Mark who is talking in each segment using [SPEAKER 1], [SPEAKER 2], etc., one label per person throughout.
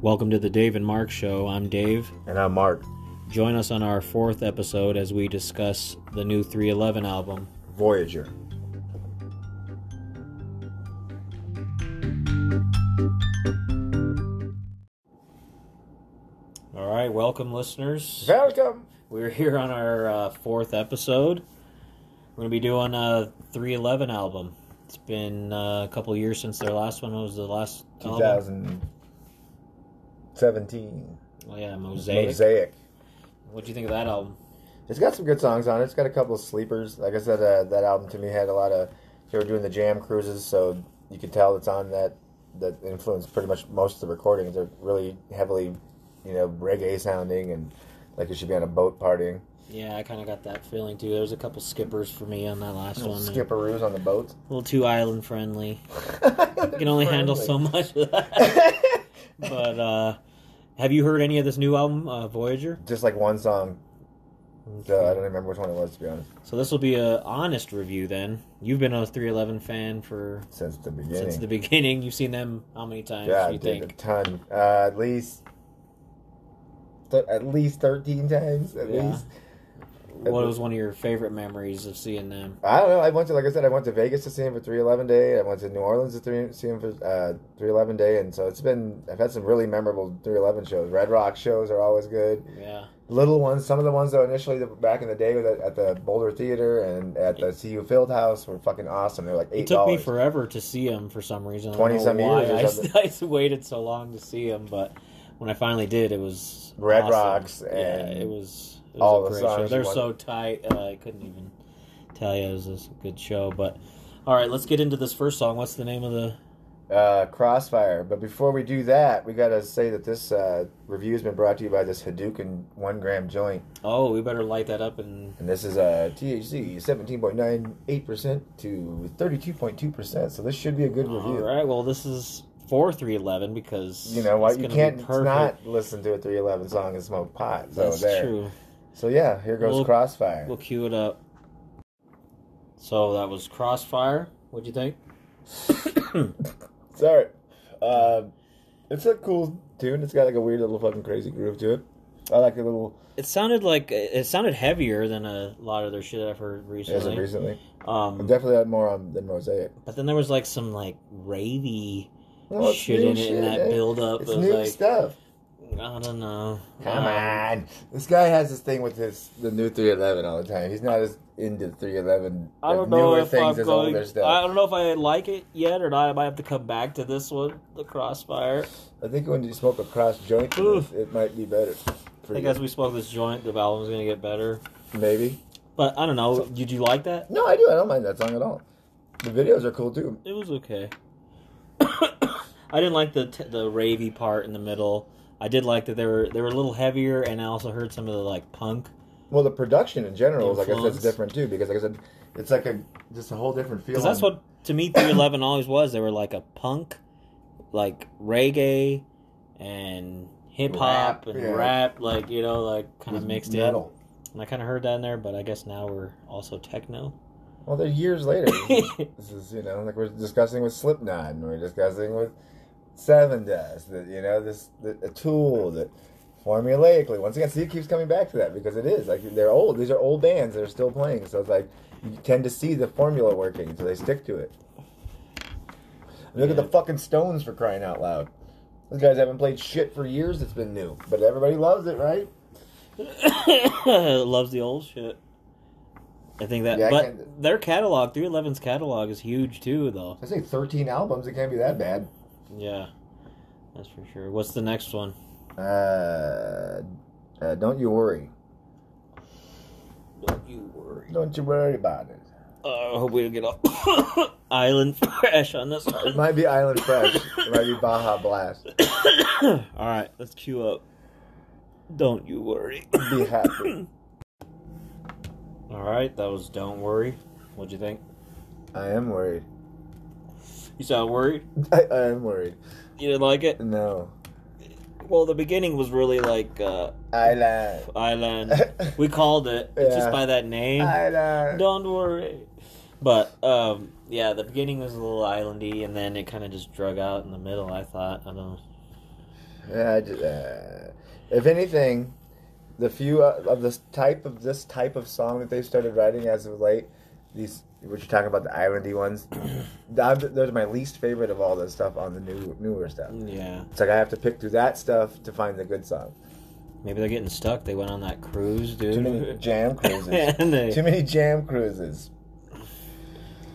[SPEAKER 1] Welcome to the Dave and Mark Show. I'm Dave.
[SPEAKER 2] And I'm Mark.
[SPEAKER 1] Join us on our fourth episode as we discuss the new 311 album.
[SPEAKER 2] Voyager.
[SPEAKER 1] All right, welcome, listeners.
[SPEAKER 2] Welcome.
[SPEAKER 1] We're here on our uh, fourth episode. We're going to be doing a 311 album. It's been uh, a couple of years since their last one. What was the last album?
[SPEAKER 2] 2017.
[SPEAKER 1] Oh, yeah, Mosaic.
[SPEAKER 2] Mosaic.
[SPEAKER 1] What do you think of that album?
[SPEAKER 2] It's got some good songs on it. It's got a couple of sleepers. Like I said, uh, that album to me had a lot of. They were doing the jam cruises, so you could tell it's on that. That influenced pretty much most of the recordings. They're really heavily, you know, reggae sounding and like you should be on a boat partying.
[SPEAKER 1] Yeah, I kind of got that feeling too. There was a couple skippers for me on that last one. uh,
[SPEAKER 2] Skipperoos on the boats.
[SPEAKER 1] A little too island friendly. You can only handle so much of that.
[SPEAKER 2] much.
[SPEAKER 1] but uh, have you heard any of this new album, uh, Voyager?
[SPEAKER 2] Just like one song. So I don't remember which one it was to be honest.
[SPEAKER 1] So this will be a honest review then. You've been a 311 fan for
[SPEAKER 2] Since the beginning.
[SPEAKER 1] since the beginning. You've seen them how many times?
[SPEAKER 2] Yeah,
[SPEAKER 1] do
[SPEAKER 2] I
[SPEAKER 1] you
[SPEAKER 2] did a
[SPEAKER 1] think?
[SPEAKER 2] ton. Uh, at least, th- at least thirteen times. At
[SPEAKER 1] Yeah.
[SPEAKER 2] least.
[SPEAKER 1] What was one of your favorite memories of seeing them?
[SPEAKER 2] I don't know. I went to, like I said, I went to Vegas to see him for three eleven day. I went to New Orleans to three, see him for uh, three eleven day, and so it's been. I've had some really memorable three eleven shows. Red Rock shows are always good.
[SPEAKER 1] Yeah,
[SPEAKER 2] Little ones. Some of the ones though initially the, back in the day was at, at the Boulder Theater and at the CU Fieldhouse were fucking awesome. They were like
[SPEAKER 1] it
[SPEAKER 2] eight
[SPEAKER 1] took me
[SPEAKER 2] dollars.
[SPEAKER 1] forever to see them for some reason. I don't
[SPEAKER 2] 20
[SPEAKER 1] know
[SPEAKER 2] some
[SPEAKER 1] why.
[SPEAKER 2] years or
[SPEAKER 1] I, s-
[SPEAKER 2] something.
[SPEAKER 1] I s- waited so long to see them, but when I finally did, it was
[SPEAKER 2] Red
[SPEAKER 1] awesome.
[SPEAKER 2] Rocks
[SPEAKER 1] yeah,
[SPEAKER 2] and
[SPEAKER 1] it was, it was
[SPEAKER 2] all
[SPEAKER 1] a
[SPEAKER 2] the
[SPEAKER 1] great
[SPEAKER 2] songs
[SPEAKER 1] show.
[SPEAKER 2] you
[SPEAKER 1] They're
[SPEAKER 2] want.
[SPEAKER 1] so tight. Uh, I couldn't even tell you it was a good show. But all right, let's get into this first song. What's the name of the?
[SPEAKER 2] uh, Crossfire. But before we do that, we gotta say that this uh, review has been brought to you by this Hadouken one gram joint,
[SPEAKER 1] Oh, we better light that up and
[SPEAKER 2] and this is a THC seventeen point nine eight percent to thirty two point two percent. So this should be a good
[SPEAKER 1] All
[SPEAKER 2] review.
[SPEAKER 1] right. Well, this is four three eleven because
[SPEAKER 2] You know what?
[SPEAKER 1] it's
[SPEAKER 2] You
[SPEAKER 1] gonna
[SPEAKER 2] can't
[SPEAKER 1] be perfect.
[SPEAKER 2] not listen to a three eleven song and smoke pot. So
[SPEAKER 1] That's
[SPEAKER 2] there.
[SPEAKER 1] true.
[SPEAKER 2] So yeah, here goes
[SPEAKER 1] We'll-
[SPEAKER 2] Crossfire.
[SPEAKER 1] We'll cue it up. So that was Crossfire. What'd you think?
[SPEAKER 2] Sorry, uh, it's a cool tune. It's got like a weird little fucking crazy groove to it. I like the little
[SPEAKER 1] It sounded like it sounded heavier than a lot of their shit I've heard
[SPEAKER 2] as of
[SPEAKER 1] recently.
[SPEAKER 2] recently. I'm
[SPEAKER 1] Um,
[SPEAKER 2] definitely out more on than Mosaic.
[SPEAKER 1] but then there was like some like ravey
[SPEAKER 2] No, it's
[SPEAKER 1] shit
[SPEAKER 2] new
[SPEAKER 1] in it, in that
[SPEAKER 2] eh?
[SPEAKER 1] build up.
[SPEAKER 2] It's
[SPEAKER 1] It was
[SPEAKER 2] new
[SPEAKER 1] like
[SPEAKER 2] stuff.
[SPEAKER 1] I don't know.
[SPEAKER 2] Come
[SPEAKER 1] Um,
[SPEAKER 2] on, this guy has this thing with his the new 311 all the time. He's not as into 311
[SPEAKER 1] I
[SPEAKER 2] like,
[SPEAKER 1] don't know
[SPEAKER 2] newer
[SPEAKER 1] if
[SPEAKER 2] things
[SPEAKER 1] I'm
[SPEAKER 2] as
[SPEAKER 1] going.
[SPEAKER 2] older
[SPEAKER 1] I
[SPEAKER 2] stuff.
[SPEAKER 1] don't know if I like it yet, or not. I might have to come back to this one, the Crossfire.
[SPEAKER 2] I think when you smoke a cross joint,
[SPEAKER 1] Oof.
[SPEAKER 2] it might be better.
[SPEAKER 1] I
[SPEAKER 2] For
[SPEAKER 1] think
[SPEAKER 2] you.
[SPEAKER 1] as we smoke this joint, the album's gonna get better.
[SPEAKER 2] Maybe.
[SPEAKER 1] But I don't know. Did you like that?
[SPEAKER 2] No, I do. I don't mind that song at all. The videos are cool too.
[SPEAKER 1] It was okay. I didn't like the t- the ravey part in the middle. I did like that they were they were a little heavier, and I also heard some of the like punk.
[SPEAKER 2] Well, the production in general, is, like I said,
[SPEAKER 1] Influence.
[SPEAKER 2] it's different too. Because like I said, it's like a just a whole different feel.
[SPEAKER 1] Because that's
[SPEAKER 2] on-
[SPEAKER 1] what to me three eleven always was. They were like a punk, like reggae, and hip hop
[SPEAKER 2] Rap,
[SPEAKER 1] and
[SPEAKER 2] yeah.
[SPEAKER 1] rap. Like you know, like kind of
[SPEAKER 2] with
[SPEAKER 1] mixed
[SPEAKER 2] metal.
[SPEAKER 1] in. And I kind of heard that in there, but I guess now we're also techno.
[SPEAKER 2] Well, they're years later. this is, you know, like we're discussing with Slipknot, and we're discussing with Seven Dust, that you know, this the, a tool that formulaically, once again, Steve keeps coming back to that because it is like they're old. These are old bands that are still playing, so it's like you tend to see the formula working, so they stick to it. Look at the
[SPEAKER 1] Yeah.
[SPEAKER 2] fucking Stones for crying out loud. Those guys haven't played shit for years. It's been new, but everybody loves it, right?
[SPEAKER 1] Loves the old shit. I think that,
[SPEAKER 2] Yeah, I
[SPEAKER 1] but
[SPEAKER 2] can't-
[SPEAKER 1] their catalog, 311's catalog is huge too, though.
[SPEAKER 2] I say thirteen albums. It can't be that bad.
[SPEAKER 1] Yeah, that's for sure. What's the next one?
[SPEAKER 2] Uh, uh, don't you worry.
[SPEAKER 1] Don't you worry.
[SPEAKER 2] Don't you worry about it.
[SPEAKER 1] I hope we don't get off island fresh on this
[SPEAKER 2] It
[SPEAKER 1] one.
[SPEAKER 2] might be Island Fresh. It might be Baja Blast.
[SPEAKER 1] All right, let's queue up. Don't you worry.
[SPEAKER 2] Be happy.
[SPEAKER 1] All right, that was don't worry. What'd you think?
[SPEAKER 2] I am worried.
[SPEAKER 1] You sound worried.
[SPEAKER 2] I, I am worried.
[SPEAKER 1] You didn't like it.
[SPEAKER 2] No.
[SPEAKER 1] Well, the beginning was really like uh,
[SPEAKER 2] Island.
[SPEAKER 1] island. We called it it's just
[SPEAKER 2] Yeah.
[SPEAKER 1] by that name.
[SPEAKER 2] Island.
[SPEAKER 1] Don't worry. But um, yeah, the beginning was a little islandy, and then it kind of just drug out in the middle. I thought, I don't. know.
[SPEAKER 2] Yeah, I just, uh, if anything, the few uh, of this type of this type of song that they've started writing as of late, these what you're talking about the islandy ones, I'm, those are my least favorite of all the stuff on the new newer stuff.
[SPEAKER 1] Yeah.
[SPEAKER 2] It's like I have to pick through that stuff to find the good song.
[SPEAKER 1] Maybe they're getting stuck. They went on that cruise,
[SPEAKER 2] Too many
[SPEAKER 1] dude.
[SPEAKER 2] jam cruises.
[SPEAKER 1] And they-
[SPEAKER 2] Too many jam cruises.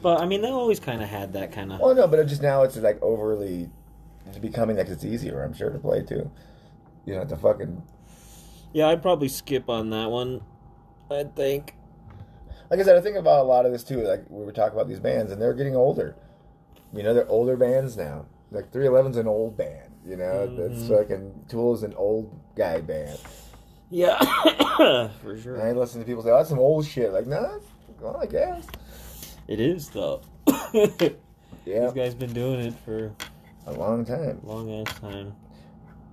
[SPEAKER 1] but I mean, they always kind of had that kind of.
[SPEAKER 2] Oh no, but it just now it's like overly, it's becoming like it's easier. I'm sure to play too. You don't have to fucking
[SPEAKER 1] Yeah, I'd probably skip on that one. I think.
[SPEAKER 2] like I said, I think about a lot of this too. Like we were talking about these bands, and they're getting older. You know, they're older bands now. Like 311's an old band. You know,
[SPEAKER 1] Mm-hmm.
[SPEAKER 2] it's fucking Tool's an old guy band.
[SPEAKER 1] Yeah, for
[SPEAKER 2] And
[SPEAKER 1] sure.
[SPEAKER 2] I listen to people say, "Oh, that's some old shit." Like, nah, well, I guess.
[SPEAKER 1] It is though. These
[SPEAKER 2] Yeah,
[SPEAKER 1] guys been doing it for
[SPEAKER 2] a long time.
[SPEAKER 1] a long ass time.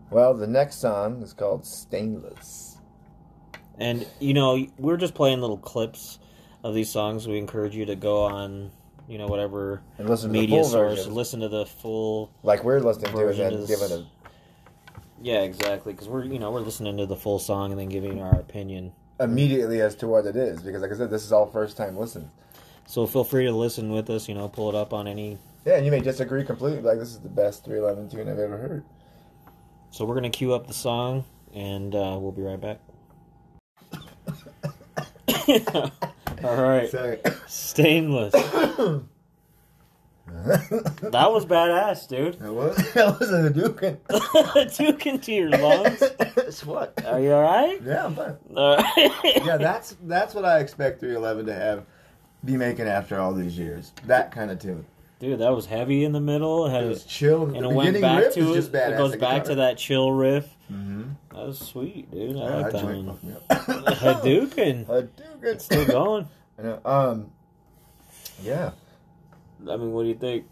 [SPEAKER 2] Well, the next song is called "Stainless."
[SPEAKER 1] And you know, we're just playing little clips of these songs. We encourage you to go on, you know, whatever
[SPEAKER 2] And listen to
[SPEAKER 1] media
[SPEAKER 2] the full
[SPEAKER 1] source
[SPEAKER 2] version,
[SPEAKER 1] and listen to the full.
[SPEAKER 2] like we're listening to, it
[SPEAKER 1] version
[SPEAKER 2] and
[SPEAKER 1] is-
[SPEAKER 2] then giving a
[SPEAKER 1] Yeah, exactly. Because we're you know we're listening to the full song and then giving our opinion.
[SPEAKER 2] immediately as to what it is because, like I said, this is all first time listen.
[SPEAKER 1] So feel free to listen with us. You know, pull it up on any.
[SPEAKER 2] Yeah, and you may disagree completely. Like this is the best 311 tune I've ever heard.
[SPEAKER 1] So we're gonna queue up the song and uh, we'll be right back. All right,
[SPEAKER 2] Sorry.
[SPEAKER 1] stainless. That was badass, dude.
[SPEAKER 2] That was that was a Hadouken.
[SPEAKER 1] Took into your lungs.
[SPEAKER 2] it's what?
[SPEAKER 1] Are you all right?
[SPEAKER 2] Yeah, I'm fine.
[SPEAKER 1] All right.
[SPEAKER 2] Yeah, that's that's what I expect 311 to have be making after all these years. That kind of tune.
[SPEAKER 1] Dude, that was heavy in the middle. Had
[SPEAKER 2] It was chill.
[SPEAKER 1] and
[SPEAKER 2] the
[SPEAKER 1] it went
[SPEAKER 2] beginning
[SPEAKER 1] back
[SPEAKER 2] riff
[SPEAKER 1] to
[SPEAKER 2] is
[SPEAKER 1] it.
[SPEAKER 2] just badass.
[SPEAKER 1] It goes
[SPEAKER 2] The
[SPEAKER 1] back to
[SPEAKER 2] guitar.
[SPEAKER 1] that chill riff.
[SPEAKER 2] Mhm.
[SPEAKER 1] That was sweet, dude. I
[SPEAKER 2] Yeah,
[SPEAKER 1] like
[SPEAKER 2] that
[SPEAKER 1] that
[SPEAKER 2] joint
[SPEAKER 1] one.
[SPEAKER 2] fucked me up.
[SPEAKER 1] Hadouken.
[SPEAKER 2] Hadouken.
[SPEAKER 1] It's still going.
[SPEAKER 2] I know. Um. Yeah,
[SPEAKER 1] I mean, what do you think?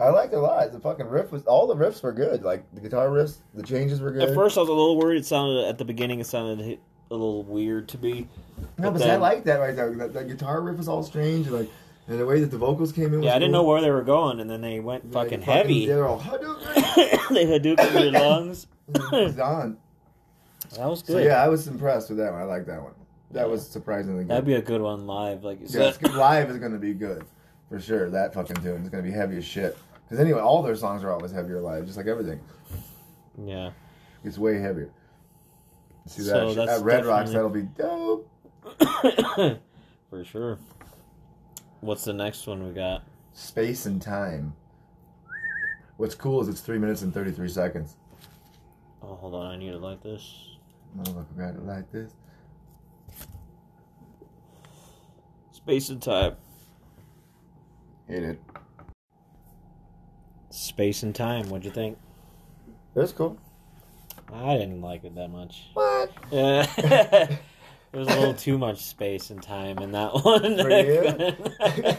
[SPEAKER 2] I liked it a lot. The fucking riff was all the riffs were good. Like the guitar riffs, the changes were good.
[SPEAKER 1] At first, I was a little worried. It sounded at the beginning. It sounded hi- a little weird to me.
[SPEAKER 2] No,
[SPEAKER 1] But
[SPEAKER 2] but see, I
[SPEAKER 1] then-
[SPEAKER 2] like that right there. That, that guitar riff was all strange, like, and the way that the vocals came in. Was
[SPEAKER 1] Yeah, I didn't know
[SPEAKER 2] cool.
[SPEAKER 1] where they were going, and then they went
[SPEAKER 2] Like,
[SPEAKER 1] fucking heavy.
[SPEAKER 2] They're
[SPEAKER 1] they
[SPEAKER 2] all Hadouken.
[SPEAKER 1] Hadouken your lungs.
[SPEAKER 2] It's on.
[SPEAKER 1] That was good.
[SPEAKER 2] So yeah, I was impressed with that one. I like that one. That
[SPEAKER 1] Yeah.
[SPEAKER 2] was surprisingly
[SPEAKER 1] That'd
[SPEAKER 2] good.
[SPEAKER 1] be a good one live, like you
[SPEAKER 2] Yeah,
[SPEAKER 1] said.
[SPEAKER 2] it's good. live is going to be good for sure. That fucking tune is going to be heavy as shit. Because anyway, all their songs are always heavier live, just like everything.
[SPEAKER 1] Yeah.
[SPEAKER 2] It's way heavier. See that?
[SPEAKER 1] So
[SPEAKER 2] shit-
[SPEAKER 1] that's
[SPEAKER 2] at Red Rocks, that'll
[SPEAKER 1] definitely-
[SPEAKER 2] be dope.
[SPEAKER 1] For sure. What's the next one we got?
[SPEAKER 2] Space and time. What's cool is it's three minutes and thirty-three seconds.
[SPEAKER 1] Oh, hold on. I need it like this.
[SPEAKER 2] Motherfucker got it like this.
[SPEAKER 1] Space and time.
[SPEAKER 2] Hit it.
[SPEAKER 1] Space and time. What'd you think?
[SPEAKER 2] That's cool.
[SPEAKER 1] I didn't like it that much.
[SPEAKER 2] What?
[SPEAKER 1] Yeah. it was a little too much space and time in that one.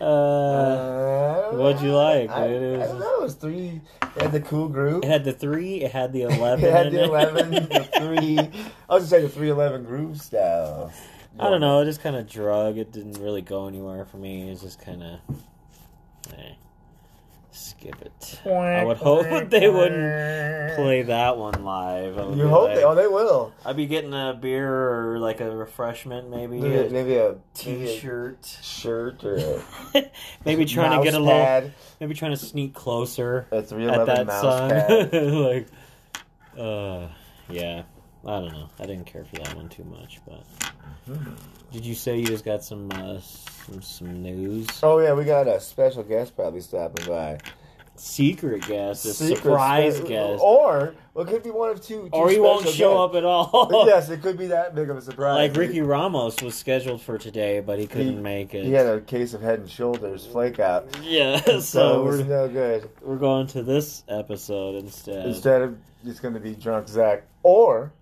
[SPEAKER 1] uh,
[SPEAKER 2] Uh,
[SPEAKER 1] what'd you like,
[SPEAKER 2] I,
[SPEAKER 1] dude? It
[SPEAKER 2] I
[SPEAKER 1] was-
[SPEAKER 2] don't know. It was three. It had the cool groove.
[SPEAKER 1] it had the three. It had the eleven.
[SPEAKER 2] It had
[SPEAKER 1] in
[SPEAKER 2] the eleven, the three. I was gonna say the three eleven groove style.
[SPEAKER 1] I don't know. It just kind of drug. It didn't really go anywhere for me. It was just kind of. Eh. Skip it. I would hope that they wouldn't Play that one live. I would
[SPEAKER 2] You
[SPEAKER 1] be
[SPEAKER 2] hope
[SPEAKER 1] like-
[SPEAKER 2] they? Oh, they will.
[SPEAKER 1] I'd be getting a beer or like a refreshment, maybe
[SPEAKER 2] Maybe,
[SPEAKER 1] a
[SPEAKER 2] maybe a maybe
[SPEAKER 1] t-shirt.
[SPEAKER 2] a shirt or a
[SPEAKER 1] maybe trying to
[SPEAKER 2] mouse
[SPEAKER 1] get a little.
[SPEAKER 2] pad,
[SPEAKER 1] Maybe trying to sneak closer
[SPEAKER 2] a three
[SPEAKER 1] at that
[SPEAKER 2] eleven mouse
[SPEAKER 1] song.
[SPEAKER 2] pad.
[SPEAKER 1] like, uh, yeah. I don't know. I didn't care for that one too much, but. Did you say you just got some uh, some some news?
[SPEAKER 2] Oh yeah, we got a special guest probably stopping by.
[SPEAKER 1] Secret guest, a
[SPEAKER 2] Secret
[SPEAKER 1] surprise
[SPEAKER 2] spe-
[SPEAKER 1] guest,
[SPEAKER 2] or well, it could be one of two. two
[SPEAKER 1] or he won't
[SPEAKER 2] special
[SPEAKER 1] show
[SPEAKER 2] guests.
[SPEAKER 1] up at all.
[SPEAKER 2] yes, it could be that big of a surprise.
[SPEAKER 1] Like Ricky Ramos was scheduled for today, but he couldn't make it.
[SPEAKER 2] He had a case of head and shoulders flake out.
[SPEAKER 1] Yeah, so,
[SPEAKER 2] So it was
[SPEAKER 1] we're,
[SPEAKER 2] no good.
[SPEAKER 1] we're going to this episode instead.
[SPEAKER 2] Instead of it's going to be drunk Zach, or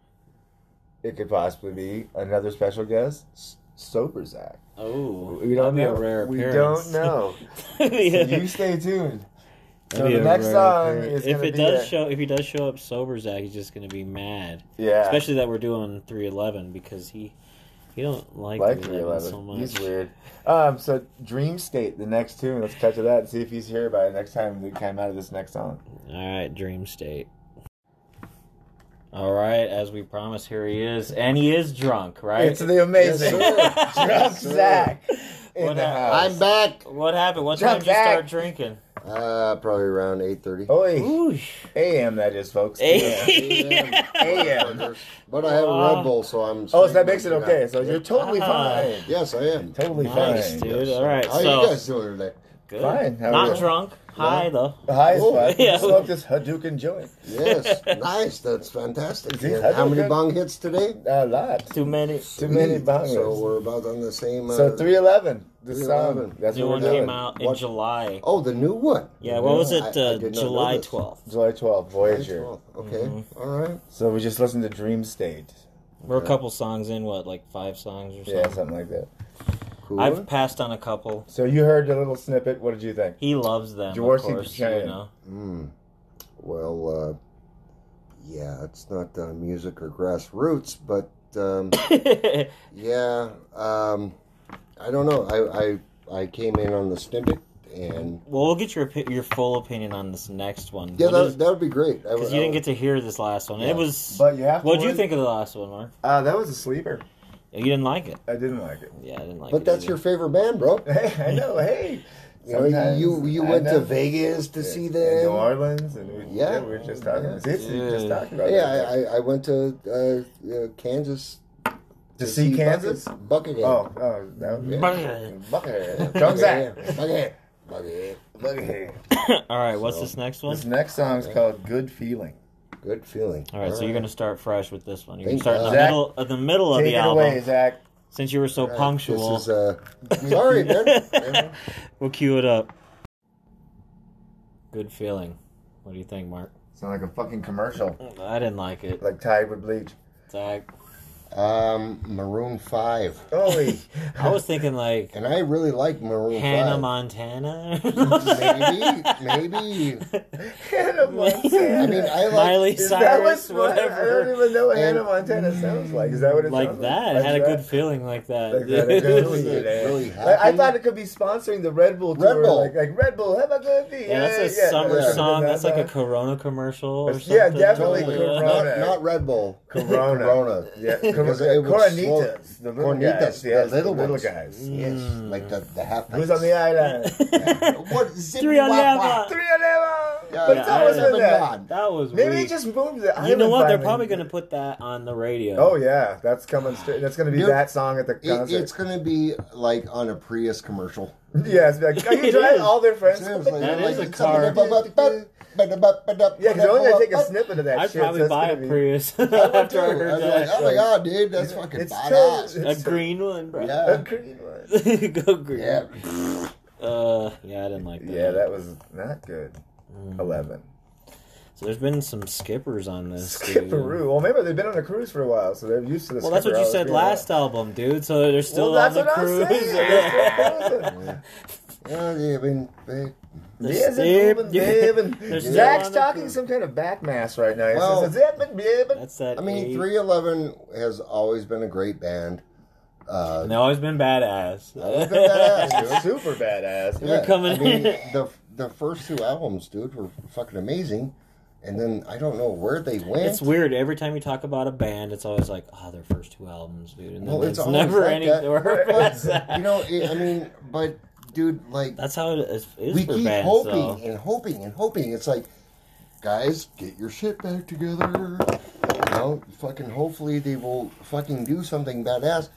[SPEAKER 2] it could possibly be another special guest, s- sober Zach.
[SPEAKER 1] oh,
[SPEAKER 2] We don't
[SPEAKER 1] that'd be
[SPEAKER 2] know.
[SPEAKER 1] a rare
[SPEAKER 2] we
[SPEAKER 1] appearance.
[SPEAKER 2] don't know.
[SPEAKER 1] Yeah.
[SPEAKER 2] So you stay tuned. So
[SPEAKER 1] That'd be
[SPEAKER 2] the
[SPEAKER 1] a
[SPEAKER 2] next
[SPEAKER 1] rare
[SPEAKER 2] song
[SPEAKER 1] appearance.
[SPEAKER 2] is
[SPEAKER 1] if
[SPEAKER 2] gonna
[SPEAKER 1] it
[SPEAKER 2] be
[SPEAKER 1] does
[SPEAKER 2] a-
[SPEAKER 1] show, if he does show up sober, Zach, he's just gonna be mad.
[SPEAKER 2] Yeah,
[SPEAKER 1] Especially that we're doing three eleven because he he don't like,
[SPEAKER 2] like
[SPEAKER 1] 311 so
[SPEAKER 2] 311.
[SPEAKER 1] much.
[SPEAKER 2] He's weird. Um, so Dream State, the next tune. Let's cut to that and see if he's here by the next time we come out of this next song.
[SPEAKER 1] All right, dream state. All right, as we promised, here he is, and he is drunk, right?
[SPEAKER 2] It's the amazing
[SPEAKER 1] Yes, sir.
[SPEAKER 2] drunk
[SPEAKER 1] Yes,
[SPEAKER 3] sir.
[SPEAKER 2] Zach in
[SPEAKER 1] What
[SPEAKER 2] the
[SPEAKER 1] up?
[SPEAKER 2] house.
[SPEAKER 3] I'm back.
[SPEAKER 1] What happened? What time
[SPEAKER 2] Drunk
[SPEAKER 1] did you start
[SPEAKER 2] back.
[SPEAKER 1] drinking?
[SPEAKER 3] Uh, probably around eight thirty.
[SPEAKER 2] Oh, Oi,
[SPEAKER 1] Ooh,
[SPEAKER 2] AM that is, folks.
[SPEAKER 1] Hey.
[SPEAKER 2] AM.
[SPEAKER 3] But I have a
[SPEAKER 1] Uh,
[SPEAKER 3] Red Bull, so I'm.
[SPEAKER 2] Oh, so that makes it okay. So
[SPEAKER 3] Yeah.
[SPEAKER 2] you're totally
[SPEAKER 1] Ah.
[SPEAKER 2] fine.
[SPEAKER 3] Yes, I am.
[SPEAKER 2] Totally
[SPEAKER 1] Nice,
[SPEAKER 2] fine.
[SPEAKER 1] dude. All right,
[SPEAKER 3] How
[SPEAKER 1] so-
[SPEAKER 3] you guys doing today?
[SPEAKER 1] good.
[SPEAKER 2] Fine, how are
[SPEAKER 1] Not
[SPEAKER 2] you?
[SPEAKER 1] drunk. High though.
[SPEAKER 2] The highest
[SPEAKER 3] Oh,
[SPEAKER 2] spot.
[SPEAKER 1] yeah.
[SPEAKER 2] Yeah. Smoke this Hadouken joint.
[SPEAKER 3] Yes, nice. That's fantastic.
[SPEAKER 2] See,
[SPEAKER 3] And
[SPEAKER 2] I
[SPEAKER 3] how
[SPEAKER 2] don't
[SPEAKER 3] many
[SPEAKER 2] get-
[SPEAKER 3] bong hits today?
[SPEAKER 2] A lot.
[SPEAKER 1] Too many.
[SPEAKER 2] Too many
[SPEAKER 3] Sweet.
[SPEAKER 2] bongos.
[SPEAKER 3] So we're about on the same. Uh,
[SPEAKER 2] So 311. The
[SPEAKER 3] 311.
[SPEAKER 2] sound. That's
[SPEAKER 1] New
[SPEAKER 2] what
[SPEAKER 1] one
[SPEAKER 2] we're doing.
[SPEAKER 1] came out in
[SPEAKER 3] What-
[SPEAKER 1] July.
[SPEAKER 3] Oh, the new one.
[SPEAKER 1] Yeah, what was
[SPEAKER 3] I-
[SPEAKER 1] it?
[SPEAKER 3] I
[SPEAKER 1] Uh,
[SPEAKER 3] did not know
[SPEAKER 1] July
[SPEAKER 3] this.
[SPEAKER 1] twelfth. Mm-hmm.
[SPEAKER 2] July 12th, Voyager.
[SPEAKER 3] Well, Okay. All right.
[SPEAKER 2] So we just listened to Dream State.
[SPEAKER 1] We're a couple songs in. What, like five songs or
[SPEAKER 2] Yeah,
[SPEAKER 1] something?
[SPEAKER 2] something like that.
[SPEAKER 3] Cool.
[SPEAKER 1] I've passed on a couple.
[SPEAKER 2] So you heard a little snippet. What did you think?
[SPEAKER 1] He loves them, of
[SPEAKER 2] Jaworski
[SPEAKER 1] course. You
[SPEAKER 2] Buchanan.
[SPEAKER 1] know.
[SPEAKER 3] Mm. Well, uh, yeah, it's not uh, music or grassroots, but um, yeah, um, I don't know. I, I I came in on the snippet, and
[SPEAKER 1] well, we'll get your opi- your full opinion on this next one.
[SPEAKER 3] yeah, that, that would be great.
[SPEAKER 1] because you didn't get to hear this last one.
[SPEAKER 3] Yeah.
[SPEAKER 1] It was.
[SPEAKER 2] But you have to.
[SPEAKER 1] What'd you
[SPEAKER 2] win-
[SPEAKER 1] think of the last one, Mark?
[SPEAKER 2] Uh, that was a sleeper.
[SPEAKER 1] You didn't like it.
[SPEAKER 2] I didn't like it.
[SPEAKER 1] Yeah, I didn't like it.
[SPEAKER 3] but that's
[SPEAKER 1] either.
[SPEAKER 3] your favorite band, bro.
[SPEAKER 2] Hey, I know. Hey.
[SPEAKER 3] You know, you- you
[SPEAKER 2] Sometimes
[SPEAKER 3] you
[SPEAKER 2] I
[SPEAKER 3] went to
[SPEAKER 2] know.
[SPEAKER 3] Vegas to see
[SPEAKER 2] In
[SPEAKER 3] them.
[SPEAKER 2] New Orleans, and we, yeah.
[SPEAKER 3] Yeah.
[SPEAKER 2] we were just talking.
[SPEAKER 3] Yeah.
[SPEAKER 2] See, see,
[SPEAKER 1] Yeah.
[SPEAKER 2] just talking about
[SPEAKER 3] Yeah,
[SPEAKER 2] that.
[SPEAKER 3] I, I- I went to uh, uh, Kansas
[SPEAKER 2] to see Kansas.
[SPEAKER 3] Bucket- Buckethead.
[SPEAKER 2] Oh, oh, that was
[SPEAKER 1] Buckethead.
[SPEAKER 2] Buckethead. Drunk Zach.
[SPEAKER 3] Buckethead. Buckethead. Buckethead.
[SPEAKER 2] Buckethead.
[SPEAKER 1] All right, what's
[SPEAKER 3] So-
[SPEAKER 1] this next one?
[SPEAKER 2] This next song's called "Good Feeling."
[SPEAKER 3] Good feeling.
[SPEAKER 1] All right, so you're gonna start fresh with this one. You're gonna start
[SPEAKER 3] Thank
[SPEAKER 1] in the
[SPEAKER 3] God.
[SPEAKER 1] middle of the middle of
[SPEAKER 2] Take
[SPEAKER 1] the
[SPEAKER 2] it
[SPEAKER 1] album.
[SPEAKER 2] away, Zach.
[SPEAKER 1] Since you were so
[SPEAKER 3] All right,
[SPEAKER 1] punctual,
[SPEAKER 3] This is uh, sorry, man.
[SPEAKER 1] we'll cue it up. Good feeling. What do you think, Mark?
[SPEAKER 2] Sound like a fucking commercial,
[SPEAKER 1] I didn't like it.
[SPEAKER 2] like Tide with bleach.
[SPEAKER 1] Zach.
[SPEAKER 3] um, Maroon Five,
[SPEAKER 2] Holy,
[SPEAKER 1] I was thinking like
[SPEAKER 3] and I really like Maroon
[SPEAKER 1] Hannah
[SPEAKER 3] Five.
[SPEAKER 1] Montana.
[SPEAKER 3] maybe, maybe.
[SPEAKER 2] Hannah Montana.
[SPEAKER 3] I mean, I like.
[SPEAKER 1] Miley
[SPEAKER 2] Is that what-
[SPEAKER 1] Cyrus,
[SPEAKER 2] I don't
[SPEAKER 1] whatever.
[SPEAKER 2] even know what
[SPEAKER 3] And-
[SPEAKER 2] Hannah Montana sounds like. Is that what it
[SPEAKER 1] Like
[SPEAKER 2] sounds
[SPEAKER 1] that. I
[SPEAKER 2] Like
[SPEAKER 1] had a
[SPEAKER 2] that?
[SPEAKER 1] good feeling like that.
[SPEAKER 2] Like that, a good
[SPEAKER 3] Really-
[SPEAKER 2] feeling, eh?
[SPEAKER 3] really
[SPEAKER 2] Like, I
[SPEAKER 3] happy.
[SPEAKER 2] thought it could be sponsoring the Red Bull tour.
[SPEAKER 3] Red Bull.
[SPEAKER 2] Like, like Red Bull, have a good day.
[SPEAKER 1] yeah, that's a
[SPEAKER 2] yeah,
[SPEAKER 1] summer
[SPEAKER 2] yeah.
[SPEAKER 1] song. That's like a
[SPEAKER 2] Yeah.
[SPEAKER 1] Corona commercial or something.
[SPEAKER 2] Yeah, definitely
[SPEAKER 3] Totally.
[SPEAKER 2] Corona.
[SPEAKER 3] Not, not Red Bull.
[SPEAKER 2] Corona.
[SPEAKER 3] Corona.
[SPEAKER 2] Yeah,
[SPEAKER 3] Because it would
[SPEAKER 2] Coronitas, the
[SPEAKER 3] slow-
[SPEAKER 2] little
[SPEAKER 3] Coronitas,
[SPEAKER 2] guys.
[SPEAKER 3] the
[SPEAKER 2] yes,
[SPEAKER 3] little
[SPEAKER 2] the little
[SPEAKER 3] ones.
[SPEAKER 2] guys.
[SPEAKER 3] Yes, like the the half.
[SPEAKER 2] Who's on the island?
[SPEAKER 3] What zip
[SPEAKER 1] Three on the
[SPEAKER 3] wap, wap.
[SPEAKER 1] island.
[SPEAKER 2] Three of them.
[SPEAKER 3] Yeah,
[SPEAKER 2] but
[SPEAKER 3] yeah,
[SPEAKER 2] it's always
[SPEAKER 1] yeah.
[SPEAKER 2] been that.
[SPEAKER 1] That was
[SPEAKER 2] Maybe he
[SPEAKER 1] weak.
[SPEAKER 2] just moved the
[SPEAKER 1] You
[SPEAKER 2] island
[SPEAKER 1] know what? They're
[SPEAKER 2] finally.
[SPEAKER 1] probably going to put that on the radio.
[SPEAKER 2] Oh yeah, that's coming straight. That's going to be
[SPEAKER 3] Dude,
[SPEAKER 2] that song at the
[SPEAKER 3] It,
[SPEAKER 2] concert.
[SPEAKER 3] it's gonna be like on a Prius commercial.
[SPEAKER 2] yeah, it's like, are you
[SPEAKER 1] It
[SPEAKER 2] driving
[SPEAKER 1] is.
[SPEAKER 2] all their friends?
[SPEAKER 3] Seriously,
[SPEAKER 1] That
[SPEAKER 3] like,
[SPEAKER 1] is a
[SPEAKER 3] it's
[SPEAKER 1] car.
[SPEAKER 3] something-
[SPEAKER 2] Yeah, because only gonna take a snippet of that
[SPEAKER 1] I'd
[SPEAKER 2] shit.
[SPEAKER 1] probably
[SPEAKER 2] so it's
[SPEAKER 1] buy
[SPEAKER 2] gonna
[SPEAKER 1] a
[SPEAKER 2] be-
[SPEAKER 1] Prius
[SPEAKER 3] I would too.
[SPEAKER 1] after I
[SPEAKER 3] I'd be
[SPEAKER 1] heard
[SPEAKER 3] like,
[SPEAKER 1] that.
[SPEAKER 3] oh my god, dude, that's fucking
[SPEAKER 2] It's
[SPEAKER 3] badass.
[SPEAKER 2] true.
[SPEAKER 1] A green one, bro.
[SPEAKER 3] Yeah.
[SPEAKER 2] A green one.
[SPEAKER 1] Go green.
[SPEAKER 3] Yeah.
[SPEAKER 1] Uh, yeah, I didn't like that.
[SPEAKER 2] Yeah, that was not good.
[SPEAKER 1] Mm.
[SPEAKER 2] Eleven.
[SPEAKER 1] So there's been some skippers on this. dude.
[SPEAKER 2] Skipperoo. Well, remember they've been on a cruise for a while, so they're used to this.
[SPEAKER 1] Well, that's what you said last album, dude. So they're still
[SPEAKER 2] Well, that's
[SPEAKER 1] on the
[SPEAKER 2] what
[SPEAKER 1] cruise.
[SPEAKER 2] I'm saying.
[SPEAKER 3] Yeah, yeah, I mean, eh.
[SPEAKER 1] They're
[SPEAKER 2] Yeah, it's
[SPEAKER 1] still-
[SPEAKER 2] Bibbin,
[SPEAKER 1] they're
[SPEAKER 2] Bibbin.
[SPEAKER 1] still
[SPEAKER 2] Zach's
[SPEAKER 1] on the
[SPEAKER 2] talking
[SPEAKER 1] cruise.
[SPEAKER 2] some kind of back mass right now. He
[SPEAKER 3] Well-
[SPEAKER 2] says, Bibbin, Bibbin.
[SPEAKER 1] That's that.
[SPEAKER 3] I
[SPEAKER 1] eight-
[SPEAKER 3] mean, 311 has always been a great band. Uh,
[SPEAKER 1] They've always been badass.
[SPEAKER 3] always been badass, dude.
[SPEAKER 2] That's super badass.
[SPEAKER 1] They're coming
[SPEAKER 3] I mean,
[SPEAKER 1] in.
[SPEAKER 3] the the first two albums, dude, were fucking amazing, and then I don't know where they went.
[SPEAKER 1] It's weird. Every time you talk about a band, it's always like, oh, their first two albums, dude. And then
[SPEAKER 3] Well,
[SPEAKER 1] it's,
[SPEAKER 3] it's always
[SPEAKER 1] never
[SPEAKER 3] like
[SPEAKER 1] anywhere.
[SPEAKER 3] that.
[SPEAKER 1] past
[SPEAKER 3] But, you
[SPEAKER 1] that.
[SPEAKER 3] know, it, I mean, but dude, like
[SPEAKER 1] That's how it is, is
[SPEAKER 3] we
[SPEAKER 1] for
[SPEAKER 3] keep
[SPEAKER 1] bands,
[SPEAKER 3] hoping
[SPEAKER 1] though.
[SPEAKER 3] and hoping and hoping. It's like, guys, get your shit back together. You know, fucking. Hopefully, they will fucking do something badass.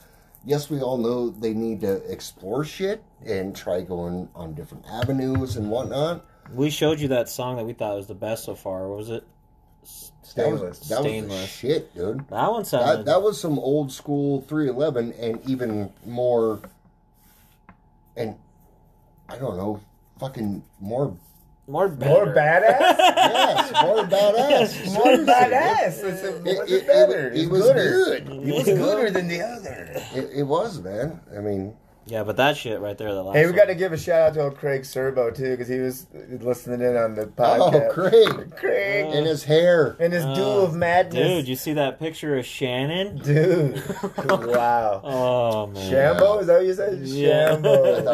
[SPEAKER 3] Yes, we all know they need to explore shit and try going on different avenues and whatnot.
[SPEAKER 1] We showed you that song that we thought was the best so far. What was it?
[SPEAKER 3] That was-
[SPEAKER 2] Stainless. Uh,
[SPEAKER 3] That was,
[SPEAKER 1] Stainless.
[SPEAKER 3] the shit, dude.
[SPEAKER 1] That one
[SPEAKER 3] That,
[SPEAKER 1] sounded.
[SPEAKER 3] that was some old school 311 and even more, and I don't know, fucking more,
[SPEAKER 1] more better.
[SPEAKER 2] More badass?
[SPEAKER 3] yes, more badass.
[SPEAKER 2] More
[SPEAKER 3] Seriously,
[SPEAKER 2] badass. It's,
[SPEAKER 3] dude.
[SPEAKER 2] it,
[SPEAKER 3] It,
[SPEAKER 2] was
[SPEAKER 3] it,
[SPEAKER 2] better.
[SPEAKER 3] it,
[SPEAKER 2] It's
[SPEAKER 3] was
[SPEAKER 2] gooder.
[SPEAKER 3] good.
[SPEAKER 2] It was gooder than the other.
[SPEAKER 3] It, it was, man. I mean,
[SPEAKER 1] Yeah, but that shit right there, the last.
[SPEAKER 2] Hey, we got to
[SPEAKER 1] one.
[SPEAKER 2] give a shout out to old Craig Serbo too, because he was listening in on the
[SPEAKER 3] Oh,
[SPEAKER 2] podcast.
[SPEAKER 3] Craig
[SPEAKER 2] Craig
[SPEAKER 1] Uh,
[SPEAKER 3] and his hair.
[SPEAKER 2] and his
[SPEAKER 1] Uh,
[SPEAKER 2] duel of madness,
[SPEAKER 1] Dude, you see that picture of Shannon?
[SPEAKER 2] dude. wow,
[SPEAKER 1] Oh man.
[SPEAKER 2] Shambo is that what you said?
[SPEAKER 1] Yeah.
[SPEAKER 3] I thought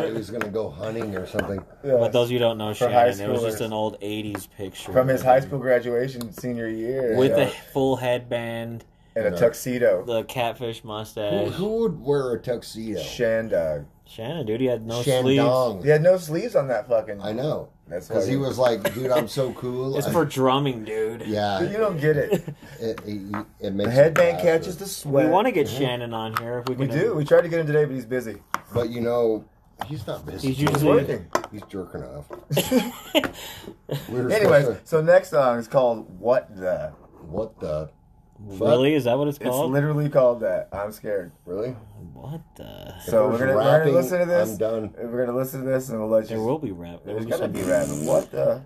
[SPEAKER 2] Shambo
[SPEAKER 3] he was gonna go hunting or something.
[SPEAKER 2] Yes.
[SPEAKER 1] But those of you who don't know
[SPEAKER 2] For high
[SPEAKER 1] Shannon, it was just
[SPEAKER 2] schoolers.
[SPEAKER 1] an old '80s picture
[SPEAKER 2] from his
[SPEAKER 1] of
[SPEAKER 2] high
[SPEAKER 1] him
[SPEAKER 2] school graduation senior year
[SPEAKER 1] with
[SPEAKER 2] you
[SPEAKER 1] a
[SPEAKER 2] know,
[SPEAKER 1] full headband,
[SPEAKER 2] and a tuxedo.
[SPEAKER 1] the catfish
[SPEAKER 3] Who,
[SPEAKER 1] mustache.
[SPEAKER 3] who would wear a tuxedo?
[SPEAKER 2] Shandog.
[SPEAKER 1] Shannon, dude, he had no sleeves.
[SPEAKER 3] Shandong.
[SPEAKER 2] He had no sleeves on that fucking.
[SPEAKER 3] I know.
[SPEAKER 2] That's
[SPEAKER 3] Because
[SPEAKER 2] why
[SPEAKER 3] he
[SPEAKER 2] we-
[SPEAKER 3] was like, dude, I'm so cool.
[SPEAKER 1] It's
[SPEAKER 3] I-
[SPEAKER 1] for drumming, dude.
[SPEAKER 3] yeah.
[SPEAKER 2] You don't get it.
[SPEAKER 3] It, it, it makes
[SPEAKER 2] The
[SPEAKER 3] it
[SPEAKER 2] headband
[SPEAKER 3] faster.
[SPEAKER 2] catches the sweat.
[SPEAKER 1] We want to get Shannon on here if we
[SPEAKER 2] We
[SPEAKER 1] can.
[SPEAKER 2] do. We tried to get him today, but he's busy.
[SPEAKER 3] But you know, he's not busy.
[SPEAKER 1] He's
[SPEAKER 2] He's
[SPEAKER 1] usually-
[SPEAKER 2] working.
[SPEAKER 3] He's jerking off. we were
[SPEAKER 2] Anyways,
[SPEAKER 3] supposed
[SPEAKER 2] so next song is called "What the."
[SPEAKER 3] to- what the?
[SPEAKER 1] Really? Is that what it's
[SPEAKER 2] It's
[SPEAKER 1] called?
[SPEAKER 2] literally called that. I'm scared.
[SPEAKER 3] Really?
[SPEAKER 1] what the?
[SPEAKER 2] So we're
[SPEAKER 3] There's
[SPEAKER 2] gonna, we're gonna
[SPEAKER 3] rapping,
[SPEAKER 2] listen to this.
[SPEAKER 3] I'm done.
[SPEAKER 2] We're gonna listen to this, and we'll let
[SPEAKER 1] There
[SPEAKER 2] you.
[SPEAKER 1] will be rap. There will
[SPEAKER 2] There's
[SPEAKER 1] be
[SPEAKER 2] gonna
[SPEAKER 1] some.
[SPEAKER 2] be rapping. What the?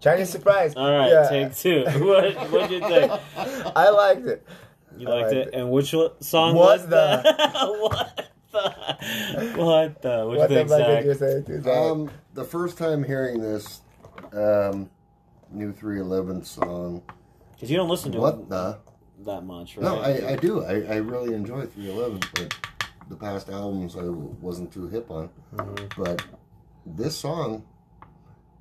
[SPEAKER 2] Chinese surprise.
[SPEAKER 1] All right,
[SPEAKER 2] Yeah.
[SPEAKER 1] take two. What what you think?
[SPEAKER 2] I liked it.
[SPEAKER 1] You
[SPEAKER 2] I
[SPEAKER 1] liked
[SPEAKER 2] liked
[SPEAKER 1] it?
[SPEAKER 2] it.
[SPEAKER 1] And which li- song
[SPEAKER 2] What
[SPEAKER 1] was the? what the? What the? What
[SPEAKER 2] What
[SPEAKER 1] you
[SPEAKER 2] the
[SPEAKER 1] think,
[SPEAKER 2] fuck
[SPEAKER 1] Zach?
[SPEAKER 2] did you say? to that?
[SPEAKER 3] Um, the first time hearing this um, new 311 song,
[SPEAKER 1] Because you don't listen to
[SPEAKER 3] what
[SPEAKER 1] it
[SPEAKER 3] the?
[SPEAKER 1] that much, right?
[SPEAKER 3] No, I, I do. I, I really enjoy 311, but the past albums I wasn't too hip on.
[SPEAKER 2] Mm-hmm.
[SPEAKER 3] But this song,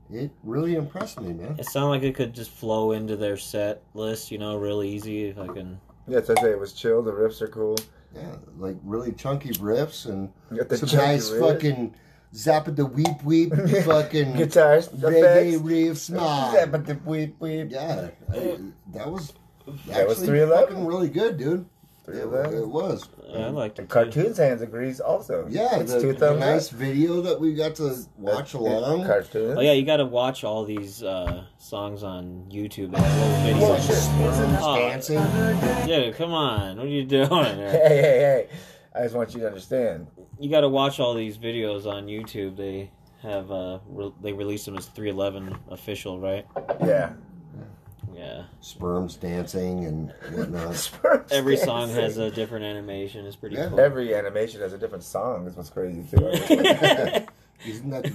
[SPEAKER 3] it really impressed me, man.
[SPEAKER 1] It sounded like it could just flow into their set list, you know, real easy. If I can,
[SPEAKER 2] Yes, I say it was chill. The riffs are cool.
[SPEAKER 3] Yeah, like really chunky riffs and
[SPEAKER 2] You got the
[SPEAKER 3] some
[SPEAKER 2] chunky
[SPEAKER 3] nice
[SPEAKER 2] riffs.
[SPEAKER 3] fucking zap of the weep weep fucking
[SPEAKER 2] Guitars,
[SPEAKER 3] reggae
[SPEAKER 2] effects.
[SPEAKER 3] riffs,
[SPEAKER 2] Yeah,
[SPEAKER 3] man.
[SPEAKER 2] but the weep weep.
[SPEAKER 3] Yeah, I, that was
[SPEAKER 2] That was
[SPEAKER 3] actually
[SPEAKER 2] 311.
[SPEAKER 3] fucking really good, dude. It,
[SPEAKER 2] 311.
[SPEAKER 3] it was.
[SPEAKER 1] I liked
[SPEAKER 2] And
[SPEAKER 1] it.
[SPEAKER 2] Cartoons Hands agrees also.
[SPEAKER 3] Yeah,
[SPEAKER 2] it's
[SPEAKER 3] the,
[SPEAKER 2] two
[SPEAKER 3] the
[SPEAKER 2] thumbs
[SPEAKER 3] nice
[SPEAKER 2] up.
[SPEAKER 3] video that we got to watch along.
[SPEAKER 2] Cartoons.
[SPEAKER 1] Oh yeah, you got to watch all these uh, songs on YouTube. That little video.
[SPEAKER 2] Whoa, shit.
[SPEAKER 1] Oh.
[SPEAKER 3] dancing.
[SPEAKER 1] Dude, come on, what are you doing?
[SPEAKER 2] Hey,
[SPEAKER 1] There?
[SPEAKER 2] hey, hey. I just want you to understand.
[SPEAKER 1] You got to watch all these videos on YouTube. They have uh, re- they release them as 311 official, right?
[SPEAKER 2] Yeah.
[SPEAKER 1] Yeah.
[SPEAKER 3] Sperms dancing and whatnot.
[SPEAKER 2] Spurs
[SPEAKER 1] Every
[SPEAKER 2] dancing.
[SPEAKER 1] song has a different animation. It's pretty
[SPEAKER 3] Yeah.
[SPEAKER 1] cool.
[SPEAKER 2] Every animation has a different song. That's what's crazy too.
[SPEAKER 3] Isn't that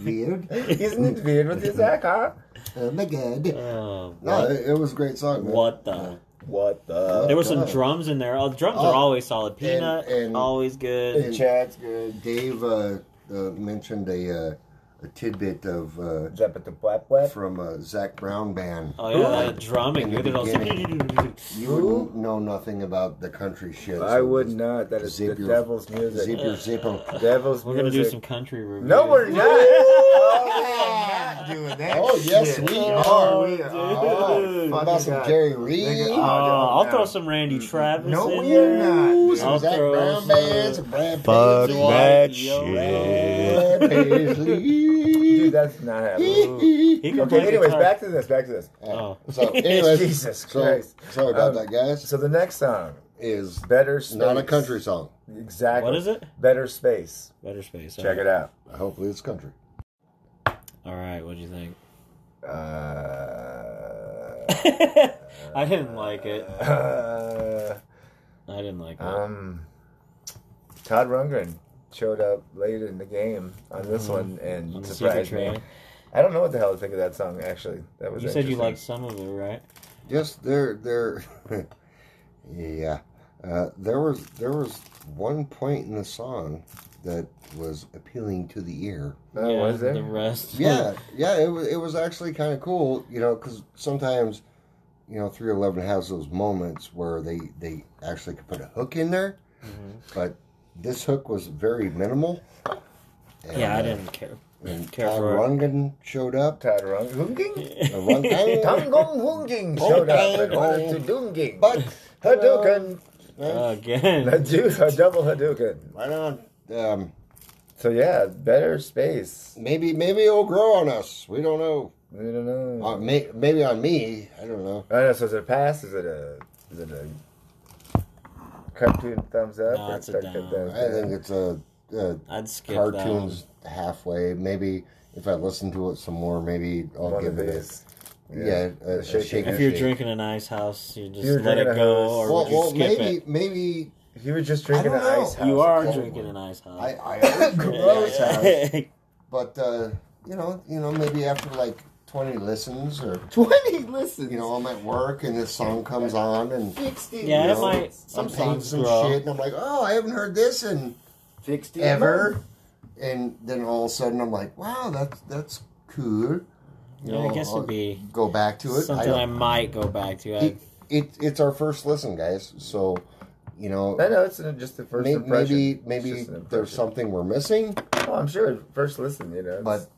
[SPEAKER 3] weird?
[SPEAKER 2] Isn't it weird with this act, huh?
[SPEAKER 3] Oh my god. Uh,
[SPEAKER 1] oh,
[SPEAKER 3] No,
[SPEAKER 1] what,
[SPEAKER 3] it, it was a great song. man.
[SPEAKER 1] what the?
[SPEAKER 2] What the?
[SPEAKER 1] There were some
[SPEAKER 3] God.
[SPEAKER 1] drums in there. Oh, drums
[SPEAKER 3] Oh,
[SPEAKER 1] are always solid. Peanut,
[SPEAKER 3] and-
[SPEAKER 1] always good.
[SPEAKER 2] The chat's good.
[SPEAKER 3] Dave uh, uh, mentioned a, uh, a tidbit of uh,
[SPEAKER 2] Jump at the blap blap.
[SPEAKER 3] from uh, Zach Brown band.
[SPEAKER 1] Oh yeah,
[SPEAKER 3] Like,
[SPEAKER 1] that drumming.
[SPEAKER 3] in
[SPEAKER 1] You
[SPEAKER 3] the
[SPEAKER 1] did all
[SPEAKER 3] you wouldn't know nothing about the country shit.
[SPEAKER 2] I
[SPEAKER 3] so
[SPEAKER 2] would
[SPEAKER 3] just
[SPEAKER 2] not. That is the
[SPEAKER 3] Zip your-
[SPEAKER 2] devil's music.
[SPEAKER 3] Zip your
[SPEAKER 2] Oh,
[SPEAKER 3] zipper.
[SPEAKER 2] Devil's
[SPEAKER 1] We're gonna
[SPEAKER 2] music.
[SPEAKER 1] do some country reviews.
[SPEAKER 2] No, we're not. oh, we're not doing that.
[SPEAKER 3] Oh, yes,
[SPEAKER 2] shit.
[SPEAKER 3] we
[SPEAKER 2] Oh,
[SPEAKER 3] are.
[SPEAKER 2] we are. Oh,
[SPEAKER 1] Dude.
[SPEAKER 2] fucking
[SPEAKER 3] About some
[SPEAKER 2] God.
[SPEAKER 3] Jerry Reed.
[SPEAKER 2] Nigga,
[SPEAKER 1] Uh, I'll
[SPEAKER 2] no.
[SPEAKER 1] throw some Randy Travis.
[SPEAKER 2] No,
[SPEAKER 1] in
[SPEAKER 2] we
[SPEAKER 1] there.
[SPEAKER 2] are not.
[SPEAKER 3] Ooh,
[SPEAKER 2] dude.
[SPEAKER 3] some
[SPEAKER 1] Oh, I'll
[SPEAKER 3] Zach
[SPEAKER 1] throw
[SPEAKER 3] Brown
[SPEAKER 1] some-
[SPEAKER 3] band, some Brad
[SPEAKER 2] Fuck
[SPEAKER 3] Paisley.
[SPEAKER 1] Dwight,
[SPEAKER 2] that
[SPEAKER 1] yo.
[SPEAKER 2] shit. Dude, that's not happening.
[SPEAKER 1] He can play
[SPEAKER 2] Okay, anyways,
[SPEAKER 1] guitar.
[SPEAKER 2] back to this, back to this.
[SPEAKER 1] Oh.
[SPEAKER 3] So, anyways,
[SPEAKER 2] Jesus
[SPEAKER 3] so,
[SPEAKER 2] Christ.
[SPEAKER 3] sorry about
[SPEAKER 2] Um,
[SPEAKER 3] that, guys.
[SPEAKER 2] So the next song,
[SPEAKER 3] Is
[SPEAKER 2] Better Space.
[SPEAKER 3] not a country song.
[SPEAKER 2] Exactly.
[SPEAKER 1] What is it?
[SPEAKER 2] Better Space.
[SPEAKER 1] Better space.
[SPEAKER 2] Check it out.
[SPEAKER 3] Hopefully, it's country.
[SPEAKER 1] All right, what'd you think?
[SPEAKER 2] Uh,
[SPEAKER 1] I didn't like it.
[SPEAKER 2] uh,
[SPEAKER 1] I didn't like it.
[SPEAKER 2] um, Todd Rundgren showed up late in the game on
[SPEAKER 3] Hmm.
[SPEAKER 2] this one
[SPEAKER 1] On
[SPEAKER 2] and
[SPEAKER 1] the
[SPEAKER 2] surprised
[SPEAKER 1] secret
[SPEAKER 2] me.
[SPEAKER 1] trail.
[SPEAKER 2] I don't know what the hell to think of that song. Actually, that was
[SPEAKER 1] You said you
[SPEAKER 2] interesting.
[SPEAKER 1] liked some of it, right?
[SPEAKER 3] Yes, there, there, yeah. Uh, there was there was one point in the song that was appealing to the ear.
[SPEAKER 2] Oh,
[SPEAKER 1] yeah,
[SPEAKER 2] was there?
[SPEAKER 1] the rest?
[SPEAKER 3] Yeah, yeah. It was it was actually kind of cool, you know, because sometimes, you know, three eleven has those moments where they they actually could put a hook in there, but this hook was very minimal. And,
[SPEAKER 1] yeah, I
[SPEAKER 3] uh,
[SPEAKER 1] didn't care.
[SPEAKER 3] And
[SPEAKER 1] care
[SPEAKER 3] Todd
[SPEAKER 1] for it.
[SPEAKER 3] Rundgren showed up.
[SPEAKER 2] Todd Rundgren.
[SPEAKER 3] Uh, Rundgren-
[SPEAKER 2] Tom Gong Hoonging showed up and wanted to Doonging.
[SPEAKER 3] But-
[SPEAKER 2] Hadouken.
[SPEAKER 1] Uh, Again.
[SPEAKER 2] Hadou- A
[SPEAKER 3] uh,
[SPEAKER 2] double Hadouken.
[SPEAKER 3] right on. Um,
[SPEAKER 2] So yeah, better space.
[SPEAKER 3] Maybe maybe it'll grow on us. We don't know.
[SPEAKER 2] I don't know.
[SPEAKER 3] Uh, may, maybe on me. I don't know.
[SPEAKER 2] I don't know. So is it a pass? Is it a? Is it a? Cartoon thumbs up.
[SPEAKER 1] No,
[SPEAKER 2] or
[SPEAKER 1] it's a
[SPEAKER 2] cartoon
[SPEAKER 1] down.
[SPEAKER 2] thumbs
[SPEAKER 3] I
[SPEAKER 2] down?
[SPEAKER 3] think it's a, a
[SPEAKER 1] I'd skip
[SPEAKER 3] cartoons halfway. Maybe if I listen to it some more, maybe I'll
[SPEAKER 2] One
[SPEAKER 3] give
[SPEAKER 2] of
[SPEAKER 3] it a,
[SPEAKER 2] these.
[SPEAKER 3] yeah, a, a
[SPEAKER 2] Shaking.
[SPEAKER 3] shake.
[SPEAKER 1] that one. If
[SPEAKER 3] and
[SPEAKER 1] you're
[SPEAKER 3] shake.
[SPEAKER 1] drinking an ice house, you just
[SPEAKER 2] You're
[SPEAKER 1] let it
[SPEAKER 2] drinking a
[SPEAKER 1] go,
[SPEAKER 2] house.
[SPEAKER 1] or
[SPEAKER 3] well,
[SPEAKER 1] would you
[SPEAKER 3] well
[SPEAKER 1] skip
[SPEAKER 3] maybe
[SPEAKER 1] it?
[SPEAKER 3] maybe
[SPEAKER 2] If you were just drinking
[SPEAKER 3] I
[SPEAKER 2] an
[SPEAKER 3] don't know.
[SPEAKER 2] ice house,
[SPEAKER 1] you
[SPEAKER 2] it
[SPEAKER 1] are
[SPEAKER 2] can't-
[SPEAKER 1] drinking an ice hot.
[SPEAKER 3] I, I gross house. But uh, you know, you know, maybe after like twenty listens or
[SPEAKER 2] Twenty. Listen,
[SPEAKER 3] you know, I'm at work and this song comes on and
[SPEAKER 2] sixty.
[SPEAKER 1] Yeah,
[SPEAKER 3] You
[SPEAKER 1] it
[SPEAKER 3] know,
[SPEAKER 1] might
[SPEAKER 3] I'm painting
[SPEAKER 1] sometimes
[SPEAKER 3] some
[SPEAKER 1] grow.
[SPEAKER 3] shit and I'm like, oh, I haven't heard this in
[SPEAKER 2] sixty
[SPEAKER 3] ever. And then all of a sudden I'm like, wow, that's that's cool. You
[SPEAKER 1] Yeah, I guess it'd be
[SPEAKER 3] go back to it. I
[SPEAKER 1] something
[SPEAKER 3] don't-
[SPEAKER 1] I, might go back to. I,
[SPEAKER 3] it, it it's our first listen, guys. So you know,
[SPEAKER 2] I know it's an- just the first
[SPEAKER 3] may,
[SPEAKER 2] impression.
[SPEAKER 3] maybe
[SPEAKER 2] It's
[SPEAKER 3] maybe
[SPEAKER 2] just an
[SPEAKER 3] there's
[SPEAKER 2] impression.
[SPEAKER 3] something we're missing,
[SPEAKER 2] Oh, I'm sure first listen, you know.
[SPEAKER 3] but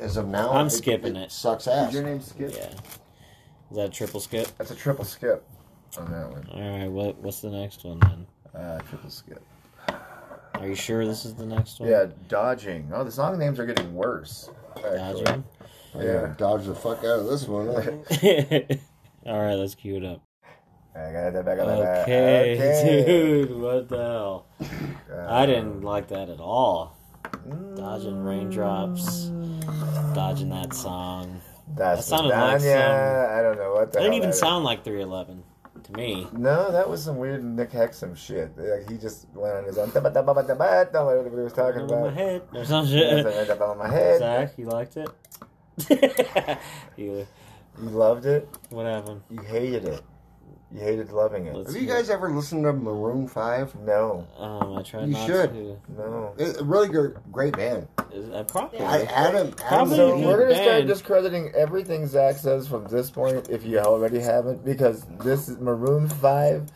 [SPEAKER 3] as of now,
[SPEAKER 1] I'm skipping it.
[SPEAKER 3] Sucks
[SPEAKER 2] it's-
[SPEAKER 3] ass.
[SPEAKER 2] your name Skip.
[SPEAKER 1] yeah. Is that a triple skip?
[SPEAKER 2] That's a triple skip on that one.
[SPEAKER 1] All right. What What's the next one then?
[SPEAKER 2] Uh, triple skip.
[SPEAKER 1] Are you sure this is the next one?
[SPEAKER 2] Yeah, dodging. Oh, the song names are getting worse. actually.
[SPEAKER 1] Dodging.
[SPEAKER 3] I gotta dodge the fuck out of this one.
[SPEAKER 1] All right. Let's cue it up.
[SPEAKER 2] I got that back on that.
[SPEAKER 1] Okay, dude. What the hell? I didn't like that at all.
[SPEAKER 2] Uh,
[SPEAKER 1] Dodging raindrops. Dodging that song.
[SPEAKER 2] That's
[SPEAKER 1] That
[SPEAKER 2] that
[SPEAKER 1] sounded like some-
[SPEAKER 2] I don't know what
[SPEAKER 1] That
[SPEAKER 2] the
[SPEAKER 1] didn't
[SPEAKER 2] hell
[SPEAKER 1] even
[SPEAKER 2] that is.
[SPEAKER 1] sound like 311 to me.
[SPEAKER 2] No, that was some weird Nick Hexum shit. Like, he just went on his own. "Dabba-dabba-dabba-dabba," Don't know what he was talking
[SPEAKER 1] Over my
[SPEAKER 2] about.
[SPEAKER 1] head or some
[SPEAKER 2] That's
[SPEAKER 1] shit.
[SPEAKER 2] like, "Dabba on my head.
[SPEAKER 1] Zach, you liked it? You-
[SPEAKER 2] You loved it.
[SPEAKER 1] what happened?
[SPEAKER 2] You hated it. You hated loving it.
[SPEAKER 1] Let's-
[SPEAKER 3] Have you guys ever listened to Maroon Five?
[SPEAKER 2] No,
[SPEAKER 1] Um, I tried
[SPEAKER 3] You
[SPEAKER 1] not
[SPEAKER 3] should.
[SPEAKER 1] to.
[SPEAKER 2] no.
[SPEAKER 3] It, really gr- great band.
[SPEAKER 1] Is- I probably.
[SPEAKER 3] I, Adam, Adam
[SPEAKER 1] Probably
[SPEAKER 2] So
[SPEAKER 1] you
[SPEAKER 2] we're gonna start
[SPEAKER 1] banned.
[SPEAKER 2] discrediting everything Zach says from this point, if you already haven't, because this is Maroon Five.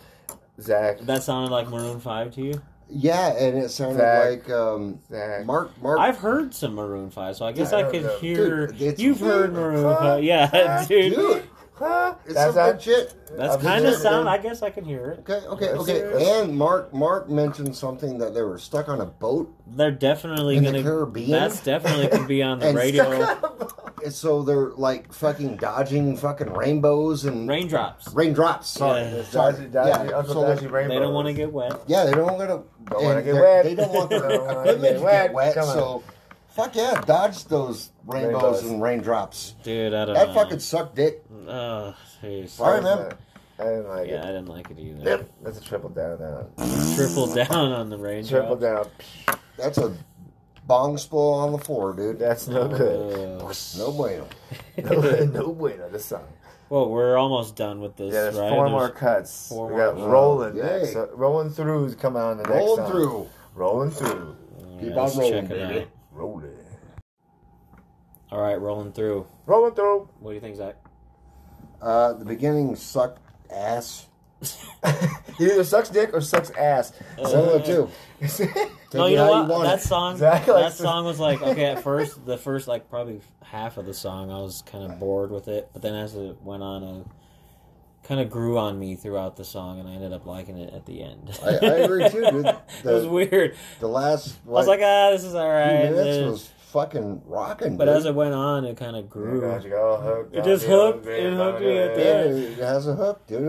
[SPEAKER 2] Zach,
[SPEAKER 1] That sounded like Maroon Five to you.
[SPEAKER 3] yeah, and it sounded
[SPEAKER 2] Zach.
[SPEAKER 3] like um,
[SPEAKER 2] Zach,
[SPEAKER 3] Mark. Mark.
[SPEAKER 1] I've heard some Maroon Five, so I guess
[SPEAKER 2] I
[SPEAKER 1] I,
[SPEAKER 2] don't
[SPEAKER 1] could
[SPEAKER 2] know.
[SPEAKER 1] hear.
[SPEAKER 3] Dude, it's-
[SPEAKER 1] you've heard Maroon
[SPEAKER 2] Huh?
[SPEAKER 1] Five, yeah,
[SPEAKER 2] Huh?
[SPEAKER 1] dude.
[SPEAKER 3] Dude,
[SPEAKER 2] Huh?
[SPEAKER 3] it's
[SPEAKER 2] That's
[SPEAKER 3] some
[SPEAKER 2] not-
[SPEAKER 3] legit.
[SPEAKER 1] That's
[SPEAKER 2] I've been
[SPEAKER 1] kind of
[SPEAKER 2] there.
[SPEAKER 1] sound. I guess I can hear it.
[SPEAKER 3] Okay, okay,
[SPEAKER 2] That's
[SPEAKER 3] okay.
[SPEAKER 2] it.
[SPEAKER 3] And Mark, Mark mentioned something that they were stuck on a boat,
[SPEAKER 1] They're definitely
[SPEAKER 3] In the
[SPEAKER 1] gonna.
[SPEAKER 3] Caribbean?
[SPEAKER 1] That's definitely could be on the
[SPEAKER 3] And
[SPEAKER 1] radio.
[SPEAKER 3] and so they're like fucking dodging fucking rainbows and
[SPEAKER 1] Raindrops.
[SPEAKER 3] raindrops. Sorry,
[SPEAKER 1] Yeah.
[SPEAKER 2] Dodgy, dodgy,
[SPEAKER 3] yeah.
[SPEAKER 2] Uncle
[SPEAKER 3] so
[SPEAKER 2] Dodgy
[SPEAKER 3] they're-
[SPEAKER 1] They don't want to
[SPEAKER 2] Rainbows.
[SPEAKER 1] get wet.
[SPEAKER 3] yeah, they don't wanna
[SPEAKER 2] Don't
[SPEAKER 3] and
[SPEAKER 2] wanna get
[SPEAKER 3] they're-
[SPEAKER 2] wet.
[SPEAKER 3] They don't want their
[SPEAKER 2] Don't wanna
[SPEAKER 3] equipment
[SPEAKER 2] get
[SPEAKER 3] to get
[SPEAKER 2] wet.
[SPEAKER 3] wet.
[SPEAKER 2] Come on.
[SPEAKER 3] So, fuck yeah, dodge those rainbows,
[SPEAKER 2] Rainbows.
[SPEAKER 3] and raindrops.
[SPEAKER 1] Dude, I don't
[SPEAKER 3] That
[SPEAKER 1] know.
[SPEAKER 3] fucking sucked dick.
[SPEAKER 1] Oh, jeez.
[SPEAKER 3] All right, man.
[SPEAKER 2] I didn't like
[SPEAKER 1] Yeah, I
[SPEAKER 2] it.
[SPEAKER 1] didn't like it either.
[SPEAKER 2] Yep. That's a triple down. Now.
[SPEAKER 1] Triple down on the raindrops.
[SPEAKER 2] Triple down.
[SPEAKER 3] That's a bong spill on the floor, dude.
[SPEAKER 2] That's no good.
[SPEAKER 1] Uh,
[SPEAKER 3] No bueno.
[SPEAKER 2] no, no bueno. This song.
[SPEAKER 1] well, we're almost done with this,
[SPEAKER 2] Yeah, there's
[SPEAKER 1] right?
[SPEAKER 2] four
[SPEAKER 1] There's-
[SPEAKER 2] more cuts.
[SPEAKER 1] four
[SPEAKER 2] we
[SPEAKER 1] more
[SPEAKER 2] got
[SPEAKER 1] cuts.
[SPEAKER 2] rolling.
[SPEAKER 3] Yay.
[SPEAKER 2] Next. So, rolling throughs coming on the next
[SPEAKER 3] Rolling
[SPEAKER 2] song.
[SPEAKER 3] through.
[SPEAKER 2] Rolling through.
[SPEAKER 1] All
[SPEAKER 3] Keep
[SPEAKER 1] right,
[SPEAKER 3] on
[SPEAKER 1] let's
[SPEAKER 3] rolling,
[SPEAKER 1] check it
[SPEAKER 3] baby.
[SPEAKER 1] out.
[SPEAKER 2] Rolling.
[SPEAKER 1] All right, rolling through.
[SPEAKER 2] Rolling through.
[SPEAKER 1] What do you think, Zach?
[SPEAKER 3] Uh, the beginning sucked ass.
[SPEAKER 2] He either sucks dick or sucks ass.
[SPEAKER 3] One
[SPEAKER 1] Uh-huh.
[SPEAKER 3] of the two. Take
[SPEAKER 1] No,
[SPEAKER 3] it
[SPEAKER 1] you
[SPEAKER 3] how
[SPEAKER 1] know what?
[SPEAKER 3] you want
[SPEAKER 1] That
[SPEAKER 3] it.
[SPEAKER 1] song,
[SPEAKER 2] Zach
[SPEAKER 1] that
[SPEAKER 2] likes to-
[SPEAKER 1] song was like okay. At first, the first like probably half of the song, I was kind of bored with it. But then as it went on, it kind of grew on me throughout the song, and I ended up liking it at the end.
[SPEAKER 3] I- I agree too, dude.
[SPEAKER 1] it was
[SPEAKER 3] The-
[SPEAKER 1] weird.
[SPEAKER 3] The last
[SPEAKER 1] I was like, ah, this is all
[SPEAKER 3] few
[SPEAKER 1] right.
[SPEAKER 3] minutes was fucking rocking.
[SPEAKER 1] but
[SPEAKER 3] dude.
[SPEAKER 1] as it went on, it kind of
[SPEAKER 2] Oh,
[SPEAKER 1] grew.
[SPEAKER 2] God, you got all hooked
[SPEAKER 1] It
[SPEAKER 2] on
[SPEAKER 1] just
[SPEAKER 2] the old
[SPEAKER 1] hooked-
[SPEAKER 2] man,
[SPEAKER 1] it hooked
[SPEAKER 2] mama,
[SPEAKER 1] me at the
[SPEAKER 2] yeah.
[SPEAKER 3] Yeah, it has a hook, dude.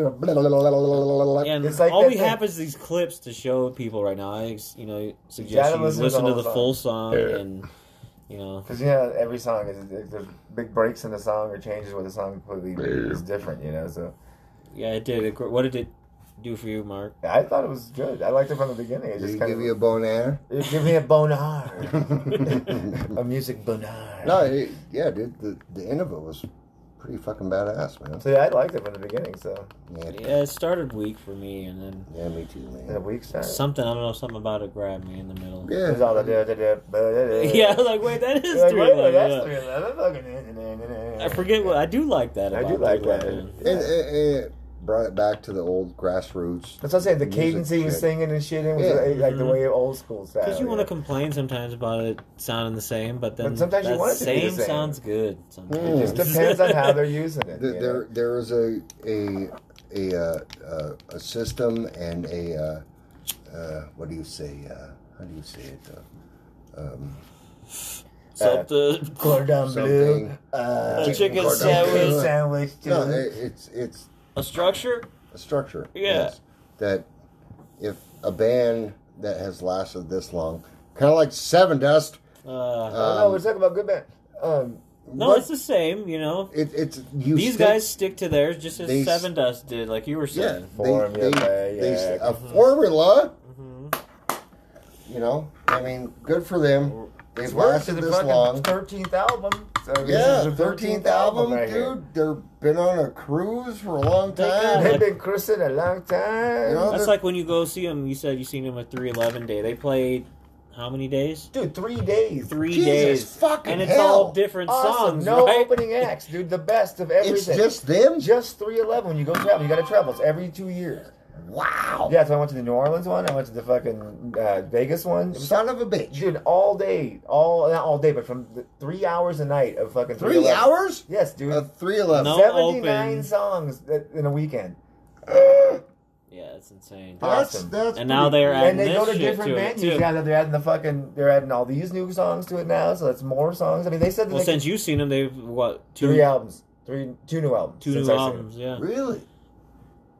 [SPEAKER 3] Yeah.
[SPEAKER 1] And
[SPEAKER 2] It's like
[SPEAKER 1] all
[SPEAKER 2] that
[SPEAKER 1] we
[SPEAKER 2] thing-
[SPEAKER 1] have is these clips to show people right now. I, you know, suggest
[SPEAKER 2] gotta
[SPEAKER 1] you
[SPEAKER 2] listen
[SPEAKER 1] listen,
[SPEAKER 2] to the
[SPEAKER 1] to
[SPEAKER 2] whole
[SPEAKER 1] the
[SPEAKER 2] song.
[SPEAKER 1] full song
[SPEAKER 2] Yeah.
[SPEAKER 1] and, you know,
[SPEAKER 2] Because you know every song is if there's big breaks in the song or changes where the song completely is different. You know, so
[SPEAKER 1] yeah, it did. It, gr- what did it do for you, Mark?
[SPEAKER 2] I thought it was good. I liked it from the beginning. It
[SPEAKER 3] Did
[SPEAKER 2] just
[SPEAKER 3] he
[SPEAKER 2] kind
[SPEAKER 3] give
[SPEAKER 2] of
[SPEAKER 3] you a bone air?
[SPEAKER 2] it give me a bonar, a music bonar.
[SPEAKER 3] No, it, yeah, dude. The, the end of it was pretty fucking badass, man.
[SPEAKER 2] so yeah, I liked it from the beginning. So
[SPEAKER 3] Yeah,
[SPEAKER 1] Yeah, it started weak for me, and then
[SPEAKER 3] yeah me too,
[SPEAKER 2] in a
[SPEAKER 3] man.
[SPEAKER 2] week start.
[SPEAKER 1] something I don't know, something about it grabbed me in the middle.
[SPEAKER 3] Yeah,
[SPEAKER 2] There's all the da- da- da- da- da-
[SPEAKER 1] Yeah, I was like, wait, that is
[SPEAKER 2] Like,
[SPEAKER 1] three
[SPEAKER 2] wait a minute,
[SPEAKER 1] eleven,
[SPEAKER 2] that's
[SPEAKER 1] yeah.
[SPEAKER 2] three eleven. Fucking-
[SPEAKER 1] I forget what I do like that.
[SPEAKER 2] I
[SPEAKER 1] About
[SPEAKER 2] do like
[SPEAKER 1] 311.
[SPEAKER 2] that.
[SPEAKER 3] And, and- and it brought it back to the old grassroots.
[SPEAKER 2] That's what I'm saying. The
[SPEAKER 3] music
[SPEAKER 2] cadence he was
[SPEAKER 3] shit. Mm-hmm.
[SPEAKER 2] singing and shit in was
[SPEAKER 3] Yeah.
[SPEAKER 2] like, like the
[SPEAKER 1] Mhm.
[SPEAKER 2] way old school style.
[SPEAKER 1] Because you want
[SPEAKER 2] yeah.
[SPEAKER 1] to complain sometimes about it sounding the same, but then
[SPEAKER 2] But sometimes you
[SPEAKER 1] that
[SPEAKER 2] want it to be
[SPEAKER 1] same,
[SPEAKER 2] the same.
[SPEAKER 1] sounds good.
[SPEAKER 3] Hmm.
[SPEAKER 1] Sometimes.
[SPEAKER 2] It just depends on how they're using it.
[SPEAKER 3] Th-
[SPEAKER 2] you know?
[SPEAKER 3] There, there is a a a uh, uh, a system and a uh, uh, what do you say? Uh, how do you say it? Uh, um,
[SPEAKER 1] Something.
[SPEAKER 2] Cordon
[SPEAKER 3] Something.
[SPEAKER 2] uh,
[SPEAKER 1] A chicken
[SPEAKER 2] cordon
[SPEAKER 1] sandwich.
[SPEAKER 2] bleu sandwich, too.
[SPEAKER 3] no, it, it's it's
[SPEAKER 1] a structure.
[SPEAKER 3] a structure.
[SPEAKER 1] Yeah.
[SPEAKER 3] That if a band that has lasted this long, kind of like Seven Dust,
[SPEAKER 1] Uh,
[SPEAKER 2] oh, no, we're talking about good band. Um,
[SPEAKER 1] No,
[SPEAKER 3] But
[SPEAKER 1] it's the same. You know,
[SPEAKER 3] it, it's you
[SPEAKER 1] these
[SPEAKER 3] stick-
[SPEAKER 1] guys stick to theirs just as
[SPEAKER 3] They s-
[SPEAKER 1] Seven Dust did, like you were
[SPEAKER 3] yeah,
[SPEAKER 1] saying.
[SPEAKER 2] Formula,
[SPEAKER 3] s-
[SPEAKER 2] yeah.
[SPEAKER 3] a formula.
[SPEAKER 1] hmm
[SPEAKER 3] You know, I mean, good for them. They've
[SPEAKER 2] It's worked to
[SPEAKER 3] lasted
[SPEAKER 2] the
[SPEAKER 3] this
[SPEAKER 2] fucking
[SPEAKER 3] long.
[SPEAKER 2] 13th album. So this
[SPEAKER 3] Yeah,
[SPEAKER 2] is the
[SPEAKER 3] 13th album,
[SPEAKER 2] right here.
[SPEAKER 3] dude. They've been on a cruise for a long
[SPEAKER 1] They
[SPEAKER 3] time.
[SPEAKER 1] got
[SPEAKER 2] They've been cruising a long time.
[SPEAKER 3] You know?
[SPEAKER 1] That's
[SPEAKER 3] Other-
[SPEAKER 1] like when you go see them. You said you seen them at three eleven day. They played how many days?
[SPEAKER 2] Dude, three days.
[SPEAKER 1] Three
[SPEAKER 3] Jesus
[SPEAKER 1] days.
[SPEAKER 3] fucking
[SPEAKER 1] and it's
[SPEAKER 3] hell.
[SPEAKER 1] all different
[SPEAKER 2] awesome.
[SPEAKER 1] songs,
[SPEAKER 2] No
[SPEAKER 1] right?
[SPEAKER 2] opening acts, dude. The best of everything.
[SPEAKER 3] It's just them.
[SPEAKER 2] just 311 when you go travel. You got to travel. It's every two years.
[SPEAKER 3] Wow.
[SPEAKER 2] Yeah, so I went to the New Orleans one. I went to the fucking uh, Vegas one.
[SPEAKER 3] Son of a bitch.
[SPEAKER 2] Dude, all day, all not all day, but from the, three hours a night of fucking
[SPEAKER 3] Three
[SPEAKER 2] 311.
[SPEAKER 3] hours?
[SPEAKER 2] Yes, dude.
[SPEAKER 3] Uh, 311.
[SPEAKER 1] No.
[SPEAKER 2] Seventy
[SPEAKER 1] open.
[SPEAKER 2] nine songs that- in a weekend,
[SPEAKER 1] Yeah, that's insane.
[SPEAKER 3] That's,
[SPEAKER 2] Awesome.
[SPEAKER 3] that's
[SPEAKER 1] And now
[SPEAKER 3] pretty-
[SPEAKER 1] they're
[SPEAKER 2] and
[SPEAKER 1] adding
[SPEAKER 2] they
[SPEAKER 1] this
[SPEAKER 2] go to
[SPEAKER 1] shit
[SPEAKER 2] different
[SPEAKER 1] to it
[SPEAKER 2] venues
[SPEAKER 1] too.
[SPEAKER 2] now. That they're adding the fucking, they're adding all these new songs to it now. So that's more songs. I mean, they said that
[SPEAKER 1] Well,
[SPEAKER 2] they
[SPEAKER 1] since you've seen them, they've what two,
[SPEAKER 2] three albums, three two new albums,
[SPEAKER 1] two
[SPEAKER 2] since
[SPEAKER 1] new
[SPEAKER 2] I've seen
[SPEAKER 1] albums? Yeah.
[SPEAKER 3] Really?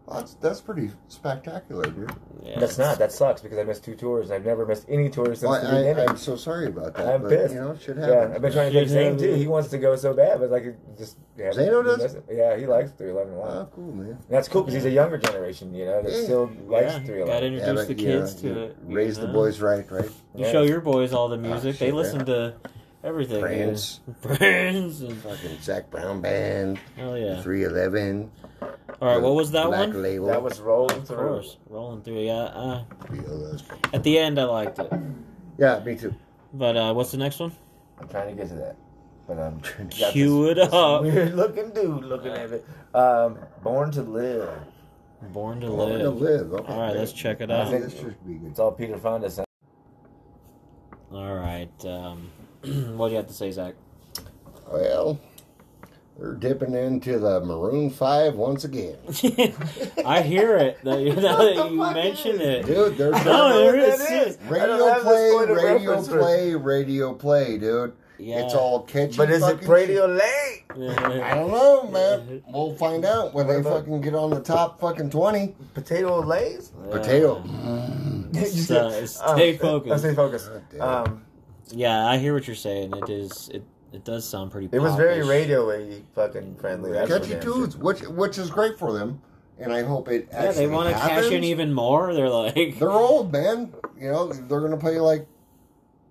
[SPEAKER 3] That's, that's pretty spectacular, dude.
[SPEAKER 1] yeah,
[SPEAKER 2] them. That's not. That sucks because I missed two tours. I've never missed any tours since
[SPEAKER 3] Well,
[SPEAKER 2] the
[SPEAKER 3] I,
[SPEAKER 2] beginning.
[SPEAKER 3] am so sorry about that.
[SPEAKER 2] I'm
[SPEAKER 3] but,
[SPEAKER 2] pissed.
[SPEAKER 3] You know, it should
[SPEAKER 2] yeah,
[SPEAKER 3] happen.
[SPEAKER 2] I've been trying to
[SPEAKER 1] Shit
[SPEAKER 2] take Zane too.
[SPEAKER 1] happens.
[SPEAKER 2] He wants to go so bad, but like, it just yeah,
[SPEAKER 3] Zano does?
[SPEAKER 2] Yeah, he likes three eleven a lot.
[SPEAKER 3] Oh, cool, man.
[SPEAKER 2] And that's cool because he's a younger generation, you know, that
[SPEAKER 3] Yeah.
[SPEAKER 2] still likes
[SPEAKER 1] Yeah,
[SPEAKER 2] three
[SPEAKER 1] gotta
[SPEAKER 2] eleven.
[SPEAKER 1] introduce
[SPEAKER 3] Yeah, but,
[SPEAKER 1] the
[SPEAKER 3] you know,
[SPEAKER 1] kids
[SPEAKER 3] you
[SPEAKER 1] to it. you
[SPEAKER 3] Raise the
[SPEAKER 1] know?
[SPEAKER 3] boys right, right?
[SPEAKER 1] You
[SPEAKER 2] Yeah.
[SPEAKER 1] show your boys all the
[SPEAKER 3] Ah,
[SPEAKER 1] music.
[SPEAKER 3] shit,
[SPEAKER 1] they listen to everything.
[SPEAKER 3] Prince.
[SPEAKER 1] dude. Prince. And,
[SPEAKER 3] Fucking Zach Brown Band,
[SPEAKER 1] hell yeah.
[SPEAKER 3] 311.
[SPEAKER 1] All right, what was that
[SPEAKER 3] Black
[SPEAKER 1] one?
[SPEAKER 3] Label.
[SPEAKER 2] That was rolling
[SPEAKER 1] Of
[SPEAKER 2] through.
[SPEAKER 1] course, rolling through. Yeah. Uh,
[SPEAKER 3] was.
[SPEAKER 1] at the end, I liked it.
[SPEAKER 3] Yeah, me too.
[SPEAKER 1] But uh, what's the next one?
[SPEAKER 2] I'm trying to get to that, but I'm got
[SPEAKER 1] Cue it
[SPEAKER 2] this
[SPEAKER 1] up.
[SPEAKER 2] Weird looking dude looking at it. Um, Born to Live.
[SPEAKER 1] Born to
[SPEAKER 3] Born to
[SPEAKER 1] live.
[SPEAKER 3] live. Okay.
[SPEAKER 1] All right, let's check it
[SPEAKER 3] Yeah,
[SPEAKER 1] out.
[SPEAKER 3] This should be good.
[SPEAKER 2] It's all Peter Fonda. Sound.
[SPEAKER 1] All right. Um, what do you have to say, Zach?
[SPEAKER 3] Well, they're dipping into the Maroon 5 once again.
[SPEAKER 1] I hear it. That, you- now that
[SPEAKER 2] What the
[SPEAKER 1] you
[SPEAKER 2] fuck
[SPEAKER 1] mention
[SPEAKER 2] is-
[SPEAKER 1] it.
[SPEAKER 3] Dude, they're
[SPEAKER 1] I don't know
[SPEAKER 2] What
[SPEAKER 1] there
[SPEAKER 2] that
[SPEAKER 1] is, serious-
[SPEAKER 2] I don't
[SPEAKER 3] radio
[SPEAKER 2] have this
[SPEAKER 3] play,
[SPEAKER 2] point of
[SPEAKER 3] radio
[SPEAKER 2] reference for it.
[SPEAKER 3] play, radio play, dude.
[SPEAKER 1] Yeah.
[SPEAKER 3] It's all catchy.
[SPEAKER 2] But is it
[SPEAKER 3] fucking
[SPEAKER 2] Radio
[SPEAKER 3] shit.
[SPEAKER 2] Late?
[SPEAKER 3] I don't know, man. We'll find out when they
[SPEAKER 2] about-
[SPEAKER 3] fucking get on the top fucking 20.
[SPEAKER 2] Potato Lays?
[SPEAKER 3] Potato.
[SPEAKER 1] It's, uh, stay
[SPEAKER 2] Uh,
[SPEAKER 1] focused.
[SPEAKER 2] stay focused.
[SPEAKER 3] God damn it.
[SPEAKER 2] Um,
[SPEAKER 1] Yeah, I hear what you're saying. It is. It it does sound pretty.
[SPEAKER 2] it was very
[SPEAKER 1] popish.
[SPEAKER 2] radio fucking friendly. That's for
[SPEAKER 3] catchy
[SPEAKER 2] damn
[SPEAKER 3] tunes, which which is great for them. And I hope it actually
[SPEAKER 1] Yeah, they want to cash in
[SPEAKER 3] happens.
[SPEAKER 1] even more. They're like,
[SPEAKER 3] They're old, man. You know, they're gonna play like,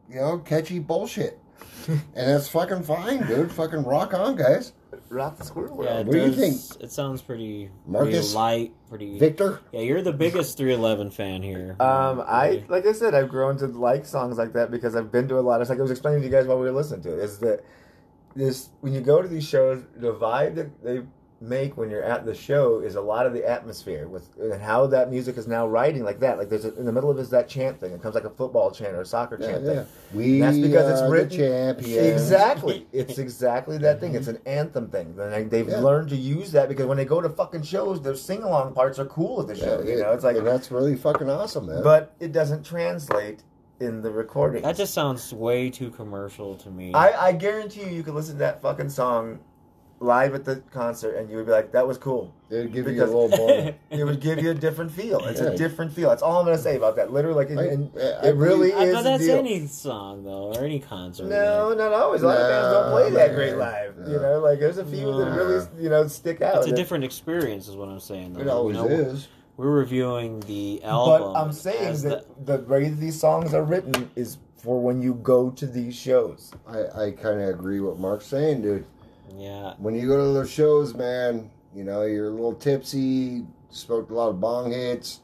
[SPEAKER 3] you know, catchy bullshit, and that's fucking fine, dude. Fucking rock on, guys.
[SPEAKER 2] shit. Rock the squirrel
[SPEAKER 1] yeah,
[SPEAKER 2] world.
[SPEAKER 1] it
[SPEAKER 3] What do you
[SPEAKER 1] does-
[SPEAKER 3] think?
[SPEAKER 1] It sounds pretty,
[SPEAKER 3] Marcus?
[SPEAKER 1] pretty light, pretty.
[SPEAKER 3] Victor,
[SPEAKER 1] yeah, you're the biggest 311 fan here.
[SPEAKER 2] Um, I like I said, I've grown to like songs like that because I've been to a lot. It's like I was explaining to you guys while we were listening to it. Is that this when you go to these shows, the vibe that they make when you're at the show is a lot of the atmosphere with and how that music is now writing like that. Like there's a, in the middle of is that chant thing. It comes like a football chant or a soccer
[SPEAKER 3] yeah,
[SPEAKER 2] chant
[SPEAKER 3] yeah.
[SPEAKER 2] thing.
[SPEAKER 3] we
[SPEAKER 2] That's because
[SPEAKER 3] are
[SPEAKER 2] it's
[SPEAKER 3] the
[SPEAKER 2] written
[SPEAKER 3] champions.
[SPEAKER 2] Exactly, it's exactly that thing. It's an anthem thing. And they- they've
[SPEAKER 3] Yeah.
[SPEAKER 2] learned to use that because when they go to fucking shows, their sing along parts are cool at the
[SPEAKER 3] Yeah,
[SPEAKER 2] show. you know, it's like
[SPEAKER 3] and that's really fucking awesome, man.
[SPEAKER 2] but it doesn't translate in the recording.
[SPEAKER 1] that just sounds way too commercial to me.
[SPEAKER 2] I, I guarantee you, you could listen to that fucking song live at the concert, and you would be like, "That was cool."
[SPEAKER 3] it'd give you a
[SPEAKER 2] because-
[SPEAKER 3] little more.
[SPEAKER 2] It would give you a different feel. It's
[SPEAKER 3] Yeah.
[SPEAKER 2] a different feel. That's all I'm gonna say about that. Literally, like, it,
[SPEAKER 3] I-
[SPEAKER 2] and
[SPEAKER 3] I- I
[SPEAKER 2] it really
[SPEAKER 1] I-
[SPEAKER 2] is.
[SPEAKER 1] but
[SPEAKER 2] a
[SPEAKER 1] that's
[SPEAKER 2] deal.
[SPEAKER 1] any song though, or any concert.
[SPEAKER 2] No, not always. A lot of bands don't
[SPEAKER 3] No,
[SPEAKER 2] play that
[SPEAKER 3] man.
[SPEAKER 2] great live.
[SPEAKER 3] Yeah.
[SPEAKER 2] You know, like there's a few that
[SPEAKER 1] No.
[SPEAKER 2] really, you know, stick out.
[SPEAKER 1] it's a different experience, is what I'm saying. Though.
[SPEAKER 3] It always
[SPEAKER 1] You know,
[SPEAKER 3] is.
[SPEAKER 1] We're reviewing the
[SPEAKER 2] But
[SPEAKER 1] album.
[SPEAKER 2] I'm saying
[SPEAKER 1] as
[SPEAKER 2] that the way these songs are written is for when you go to these shows.
[SPEAKER 3] I, I kind of agree what Mark's saying, dude.
[SPEAKER 1] the- yeah,
[SPEAKER 3] When you go to those shows, man, you know you're a little tipsy, smoked a lot of bong hits.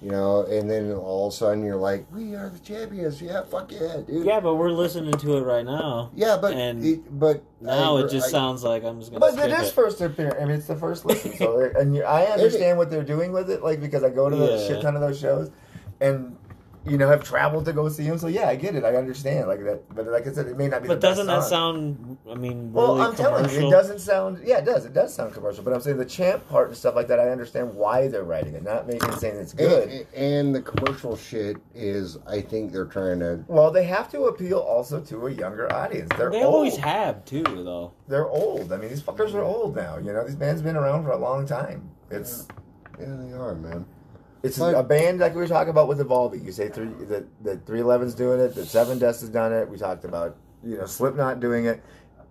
[SPEAKER 3] You know, and then all of a sudden you're like, "We are the champions!" Yeah, fuck yeah, dude.
[SPEAKER 1] yeah, but we're listening to it right now.
[SPEAKER 3] Yeah, but
[SPEAKER 1] And
[SPEAKER 3] it, but
[SPEAKER 1] Now
[SPEAKER 3] I-
[SPEAKER 1] it just
[SPEAKER 3] I-
[SPEAKER 1] sounds like I'm just gonna.
[SPEAKER 2] But
[SPEAKER 1] skip
[SPEAKER 2] it is
[SPEAKER 1] it.
[SPEAKER 2] first appearance. I mean, it's the first listen. So, they're- and you, I understand what they're doing with it, like because I go to the
[SPEAKER 1] Yeah.
[SPEAKER 2] shit ton of those shows, and you know have traveled to go see them. So yeah, I get it. I understand like that. But like I said, it may not be.
[SPEAKER 1] But
[SPEAKER 2] the
[SPEAKER 1] doesn't that
[SPEAKER 2] best song.
[SPEAKER 1] sound? I mean, really
[SPEAKER 2] Well, I'm
[SPEAKER 1] commercial?
[SPEAKER 2] telling you, it doesn't sound. Yeah, it does. It does sound commercial. But I'm saying the champ part and stuff like that. I understand why they're writing it, not making it saying it's good.
[SPEAKER 3] And, and the commercial shit is, I think they're trying to.
[SPEAKER 2] well, they have to appeal also to a younger audience. They're
[SPEAKER 1] They
[SPEAKER 2] old.
[SPEAKER 1] always have too, though.
[SPEAKER 2] They're old. I mean, these fuckers are old now. You know, these bands been around for a long time. It's.
[SPEAKER 3] Yeah, they are, man.
[SPEAKER 2] It's
[SPEAKER 3] Like-
[SPEAKER 2] a band like we were talking about with Evolve. You say three, the the Three Eleven's doing it, the Seven Dust has done it. We talked about you know Slipknot doing it.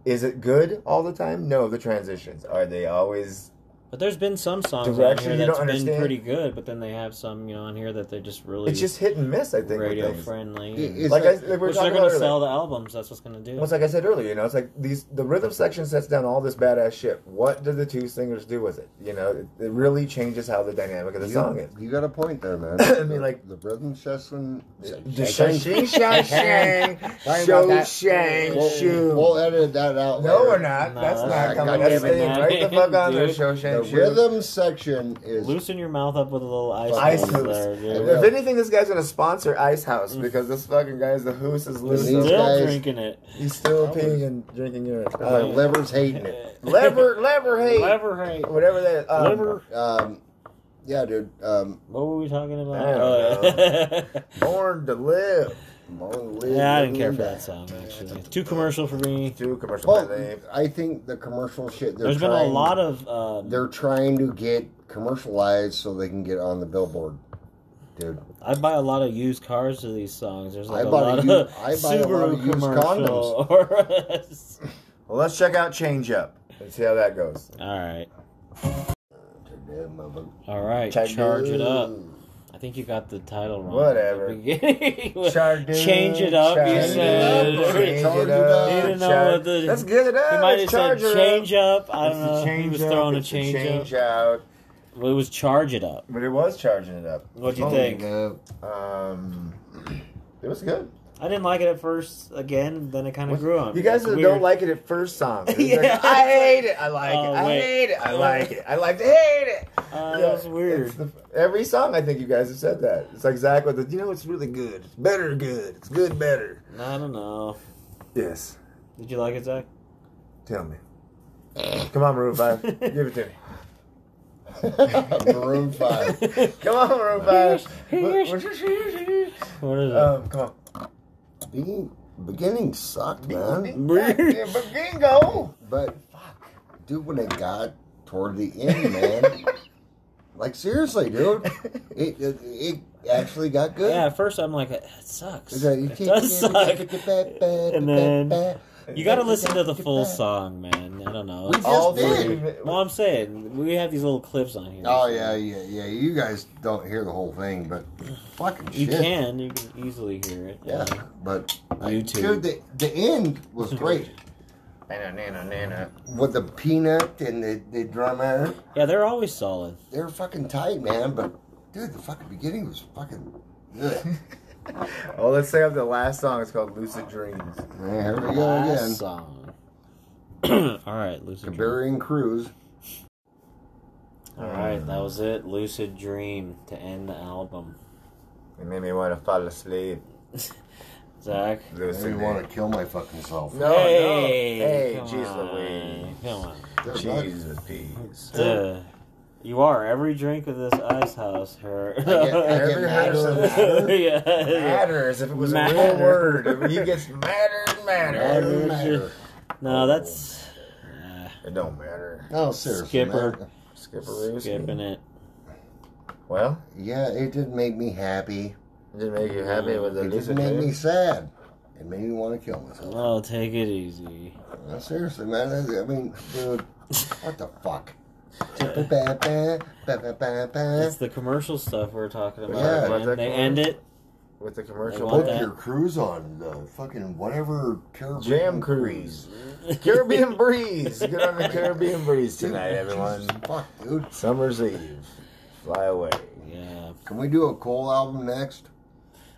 [SPEAKER 2] Is it good all the time? No, the transitions. Are they always
[SPEAKER 1] But there's been some songs
[SPEAKER 2] Direction
[SPEAKER 1] on
[SPEAKER 2] you
[SPEAKER 1] here
[SPEAKER 2] don't
[SPEAKER 1] that's been
[SPEAKER 2] understand?
[SPEAKER 1] pretty good, but then they have some, you know, on here that they're just really
[SPEAKER 2] it's just hit and miss, I think, with
[SPEAKER 1] radio
[SPEAKER 2] things.
[SPEAKER 1] friendly.
[SPEAKER 3] It-
[SPEAKER 1] and-
[SPEAKER 3] it's
[SPEAKER 2] Like I like
[SPEAKER 3] like-
[SPEAKER 2] we were
[SPEAKER 1] Which they're
[SPEAKER 2] talking
[SPEAKER 1] gonna
[SPEAKER 2] about
[SPEAKER 1] sell
[SPEAKER 2] earlier.
[SPEAKER 1] the albums, that's what's gonna do.
[SPEAKER 2] Well, it's like I said earlier, you know, it's like these the rhythm section sets down all this badass shit. What do the two singers do with it? You know, it, it really changes how the dynamic of the
[SPEAKER 3] you,
[SPEAKER 2] song is.
[SPEAKER 3] you got a point there, man.
[SPEAKER 2] I mean, like-
[SPEAKER 3] the rhythm session.
[SPEAKER 2] The shang shang shang shang
[SPEAKER 4] Sorry about
[SPEAKER 2] show
[SPEAKER 4] that.
[SPEAKER 2] shang
[SPEAKER 3] We'll,
[SPEAKER 2] shoo.
[SPEAKER 3] we'll edit that out.
[SPEAKER 2] No,
[SPEAKER 3] later.
[SPEAKER 2] we're not.
[SPEAKER 1] No,
[SPEAKER 2] that's
[SPEAKER 1] that's
[SPEAKER 2] not
[SPEAKER 3] not
[SPEAKER 2] coming.
[SPEAKER 3] gonna
[SPEAKER 2] That's
[SPEAKER 3] happen,
[SPEAKER 2] staying right the
[SPEAKER 1] man.
[SPEAKER 2] fuck on there.
[SPEAKER 1] Dude.
[SPEAKER 2] Show shang
[SPEAKER 3] The
[SPEAKER 2] shoo.
[SPEAKER 3] rhythm section is
[SPEAKER 1] Loosen your mouth up with a little ice.
[SPEAKER 2] Ice
[SPEAKER 1] cubes
[SPEAKER 2] hoops.
[SPEAKER 1] there, dude.
[SPEAKER 2] If anything, this guy's gonna sponsor Ice House because this fucking guy's the hoose is
[SPEAKER 1] We're
[SPEAKER 2] loose.
[SPEAKER 3] These
[SPEAKER 1] still
[SPEAKER 3] guys-
[SPEAKER 1] drinking it.
[SPEAKER 2] He's still
[SPEAKER 3] I
[SPEAKER 2] peeing
[SPEAKER 3] was-
[SPEAKER 2] and drinking urine.
[SPEAKER 3] my
[SPEAKER 2] Uh,
[SPEAKER 3] liver's hating it.
[SPEAKER 2] lever, lever, hey,
[SPEAKER 1] Lever hate.
[SPEAKER 2] whatever that. Um,
[SPEAKER 1] Liver.
[SPEAKER 3] Um, yeah, dude. Um,
[SPEAKER 1] What were we talking about?
[SPEAKER 2] I don't
[SPEAKER 1] Oh, yeah.
[SPEAKER 2] Born to live.
[SPEAKER 3] long live
[SPEAKER 1] yeah, I didn't
[SPEAKER 3] the
[SPEAKER 1] care for
[SPEAKER 3] Linda.
[SPEAKER 1] that song actually. Too commercial for me.
[SPEAKER 2] Two commercial.
[SPEAKER 3] Well, I think the commercial shit. They're
[SPEAKER 1] There's been
[SPEAKER 3] trying,
[SPEAKER 1] a lot of um,
[SPEAKER 3] They're trying to get commercialized so they can get on the billboard, dude.
[SPEAKER 1] I buy a lot of used cars to these songs. There's like
[SPEAKER 3] I
[SPEAKER 1] a
[SPEAKER 3] bought a
[SPEAKER 1] lot of
[SPEAKER 3] u- I buy a lot
[SPEAKER 1] Subaru
[SPEAKER 3] of used
[SPEAKER 1] commercial. Or
[SPEAKER 2] well, let's check out Change Up and see how that goes.
[SPEAKER 1] all right,
[SPEAKER 3] Charge
[SPEAKER 1] all right, charge it up. I think you got the title wrong.
[SPEAKER 2] Whatever.
[SPEAKER 1] at the beginning.
[SPEAKER 2] Charge
[SPEAKER 1] Change it up, you
[SPEAKER 2] Change
[SPEAKER 1] said.
[SPEAKER 2] it up, change
[SPEAKER 3] Charge
[SPEAKER 2] it
[SPEAKER 3] it
[SPEAKER 2] up.
[SPEAKER 3] up. You
[SPEAKER 1] didn't know
[SPEAKER 2] charge-
[SPEAKER 1] what the-
[SPEAKER 2] Let's get it up.
[SPEAKER 1] He might have
[SPEAKER 2] it's
[SPEAKER 1] said
[SPEAKER 2] charge it
[SPEAKER 1] change
[SPEAKER 2] up.
[SPEAKER 1] up. I
[SPEAKER 2] It's
[SPEAKER 1] don't
[SPEAKER 2] the
[SPEAKER 1] know. He was
[SPEAKER 2] up,
[SPEAKER 1] throwing a
[SPEAKER 2] it's the
[SPEAKER 1] change,
[SPEAKER 2] change
[SPEAKER 1] up.
[SPEAKER 2] out.
[SPEAKER 1] It was charge it up.
[SPEAKER 2] But it was charging it up.
[SPEAKER 1] What'd you think?
[SPEAKER 2] Um, it was good.
[SPEAKER 1] I didn't like it at first. Again, then it kind of grew on. me.
[SPEAKER 2] You guys
[SPEAKER 1] It's
[SPEAKER 2] don't
[SPEAKER 1] Oh, weird.
[SPEAKER 2] like it at first song. It's
[SPEAKER 1] Yeah.
[SPEAKER 2] like, I hate it. I like
[SPEAKER 1] Oh,
[SPEAKER 2] it. I
[SPEAKER 1] wait.
[SPEAKER 2] hate it. I like it. I like to hate it.
[SPEAKER 1] Uh,
[SPEAKER 2] Yeah,
[SPEAKER 1] that was weird.
[SPEAKER 2] it's the- every song, I think you guys have said that. It's like Zach with the, you know, it's really good. It's better good. It's good better.
[SPEAKER 1] I don't know.
[SPEAKER 2] Yes.
[SPEAKER 1] Did you like it, Zach?
[SPEAKER 2] Tell me. Come on, Maroon 5. Give it to me.
[SPEAKER 3] Maroon Five.
[SPEAKER 2] Come on, Maroon 5.
[SPEAKER 1] Here's- What is it?
[SPEAKER 3] Uh,
[SPEAKER 2] um, come on.
[SPEAKER 3] Be- Beginning sucked, man.
[SPEAKER 2] Yeah, but Bingo.
[SPEAKER 3] But dude, when it got toward the end, man, like seriously, dude, it it, it actually got good.
[SPEAKER 1] yeah, at first I'm like, it sucks.
[SPEAKER 3] It's like, you
[SPEAKER 1] It
[SPEAKER 3] can't-
[SPEAKER 1] does suck.
[SPEAKER 3] And
[SPEAKER 1] And then you got to listen to the full song, man. I don't know.
[SPEAKER 3] We just
[SPEAKER 2] All
[SPEAKER 3] did.
[SPEAKER 2] three-
[SPEAKER 1] Well, I'm saying we have these little clips on here.
[SPEAKER 3] Oh yeah, yeah, yeah. You guys don't hear the whole thing, but fucking
[SPEAKER 1] you
[SPEAKER 3] shit.
[SPEAKER 1] can. You can easily hear it.
[SPEAKER 3] Yeah, but like,
[SPEAKER 1] YouTube.
[SPEAKER 3] Dude, the, the end was great
[SPEAKER 2] Nana, nana, nana.
[SPEAKER 3] with the peanut and the, the drummer.
[SPEAKER 1] yeah, they're always solid.
[SPEAKER 3] They're fucking tight, man. But dude, the fucking beginning was fucking. Ugh.
[SPEAKER 2] Oh, let's say up the last song. It's called Lucid Dreams.
[SPEAKER 3] Man, here we go
[SPEAKER 1] Last
[SPEAKER 3] again.
[SPEAKER 1] song. All right, lucid. Dream.
[SPEAKER 3] Kabarian Cruise.
[SPEAKER 1] All right, that was it. Lucid Dream to end the album.
[SPEAKER 2] It made me want to fall asleep.
[SPEAKER 1] Zach.
[SPEAKER 3] I
[SPEAKER 2] Lucid
[SPEAKER 3] want to kill my fucking self.
[SPEAKER 2] No,
[SPEAKER 1] hey,
[SPEAKER 2] no. Hey,
[SPEAKER 1] come
[SPEAKER 2] jeez
[SPEAKER 1] on,
[SPEAKER 2] Louise.
[SPEAKER 1] Come on.
[SPEAKER 3] They're
[SPEAKER 2] Cheese with peas.
[SPEAKER 1] Duh. you are every drink of this ice house her.
[SPEAKER 3] get-
[SPEAKER 2] Every
[SPEAKER 3] mad
[SPEAKER 2] house
[SPEAKER 3] at
[SPEAKER 2] of
[SPEAKER 3] them.
[SPEAKER 1] yeah.
[SPEAKER 2] Matters if it was a real
[SPEAKER 1] Matter.
[SPEAKER 2] word. He gets madder and
[SPEAKER 3] not-
[SPEAKER 2] madder.
[SPEAKER 3] doesn't matter.
[SPEAKER 1] No, that's uh,
[SPEAKER 2] It don't matter.
[SPEAKER 3] No, seriously,
[SPEAKER 1] Skipper.
[SPEAKER 3] man.
[SPEAKER 2] Skipperoo.
[SPEAKER 1] ah, skipping it.
[SPEAKER 2] Well,
[SPEAKER 3] Yeah, it didn't make me happy.
[SPEAKER 2] it didn't make you happy with the
[SPEAKER 3] It just
[SPEAKER 2] lucid
[SPEAKER 3] made me
[SPEAKER 2] dreams.
[SPEAKER 3] sad. It made me want to kill myself.
[SPEAKER 1] Oh, take it easy.
[SPEAKER 3] Uh, seriously, man. I I mean, dude, what the fuck? Book
[SPEAKER 1] It's the commercial stuff we're talking about.
[SPEAKER 3] Yeah,
[SPEAKER 1] man.
[SPEAKER 2] but that
[SPEAKER 1] they
[SPEAKER 2] commercial-
[SPEAKER 1] end it.
[SPEAKER 2] With the
[SPEAKER 1] They
[SPEAKER 2] commercial.
[SPEAKER 1] want
[SPEAKER 2] break.
[SPEAKER 1] that.
[SPEAKER 3] your cruise on the fucking whatever Caribbean
[SPEAKER 2] Jam cruise. Caribbean breeze. Get on the Caribbean breeze
[SPEAKER 3] Dude,
[SPEAKER 2] tonight,
[SPEAKER 3] Jesus
[SPEAKER 2] everyone.
[SPEAKER 3] Fuck, dude.
[SPEAKER 2] Summer's Eve. Fly away.
[SPEAKER 1] Yeah.
[SPEAKER 3] Can we do a Cole album next?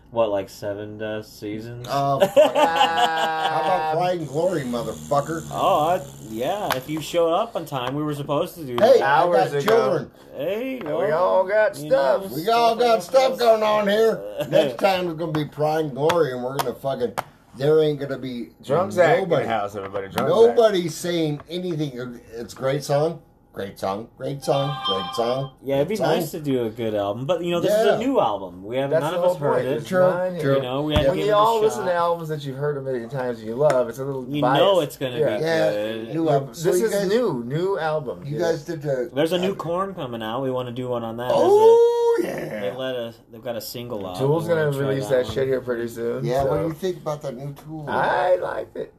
[SPEAKER 1] What, like seven uh, seasons?
[SPEAKER 3] Oh, fuck. How about Pride and Glory, motherfucker?
[SPEAKER 1] oh, I, yeah. If you showed up on time, we were supposed to do
[SPEAKER 3] Hey,
[SPEAKER 1] that.
[SPEAKER 2] Hours
[SPEAKER 3] I got
[SPEAKER 2] ago.
[SPEAKER 3] children.
[SPEAKER 1] Hey,
[SPEAKER 2] we all got
[SPEAKER 1] you
[SPEAKER 2] stuff.
[SPEAKER 1] know, Uh,
[SPEAKER 3] We all got stuff going on here. Next time it's gonna be Pride and Glory, and we're gonna fucking. There ain't gonna be
[SPEAKER 2] Drunk Zach in the
[SPEAKER 3] nobody.
[SPEAKER 2] house, everybody. Drunk
[SPEAKER 3] Nobody's saying anything. It's a great song, great song, great song, great song.
[SPEAKER 1] Yeah, it'd be
[SPEAKER 3] great song.
[SPEAKER 1] nice to do a good album, but you know, this
[SPEAKER 3] Yeah.
[SPEAKER 1] is a new album. We have
[SPEAKER 2] That's
[SPEAKER 1] none
[SPEAKER 2] the
[SPEAKER 1] of
[SPEAKER 2] whole
[SPEAKER 1] us heard
[SPEAKER 2] point.
[SPEAKER 1] it.
[SPEAKER 2] It's nine
[SPEAKER 3] True.
[SPEAKER 1] You know, we had to
[SPEAKER 2] When
[SPEAKER 1] give
[SPEAKER 2] you
[SPEAKER 1] it a
[SPEAKER 2] all listen
[SPEAKER 1] shot.
[SPEAKER 2] to albums that you've heard a million times and you love, it's a little
[SPEAKER 1] You
[SPEAKER 2] biased.
[SPEAKER 1] know it's gonna be
[SPEAKER 2] Yeah.
[SPEAKER 3] Yeah,
[SPEAKER 1] good.
[SPEAKER 3] new album. So
[SPEAKER 2] This
[SPEAKER 3] you
[SPEAKER 2] is
[SPEAKER 3] guys-
[SPEAKER 2] new, new album.
[SPEAKER 3] You guys did the.
[SPEAKER 1] There's a new corn coming out. We want to do one on that.
[SPEAKER 3] Oh
[SPEAKER 1] There's a- they
[SPEAKER 3] yeah.
[SPEAKER 1] let us. They've got a single out.
[SPEAKER 2] Tool's
[SPEAKER 1] We wanna
[SPEAKER 2] gonna
[SPEAKER 1] try
[SPEAKER 2] release that,
[SPEAKER 1] one.
[SPEAKER 2] shit here pretty soon.
[SPEAKER 3] Yeah. What do
[SPEAKER 2] so-
[SPEAKER 1] Ah.
[SPEAKER 3] you think about that new tool?
[SPEAKER 2] I liked it.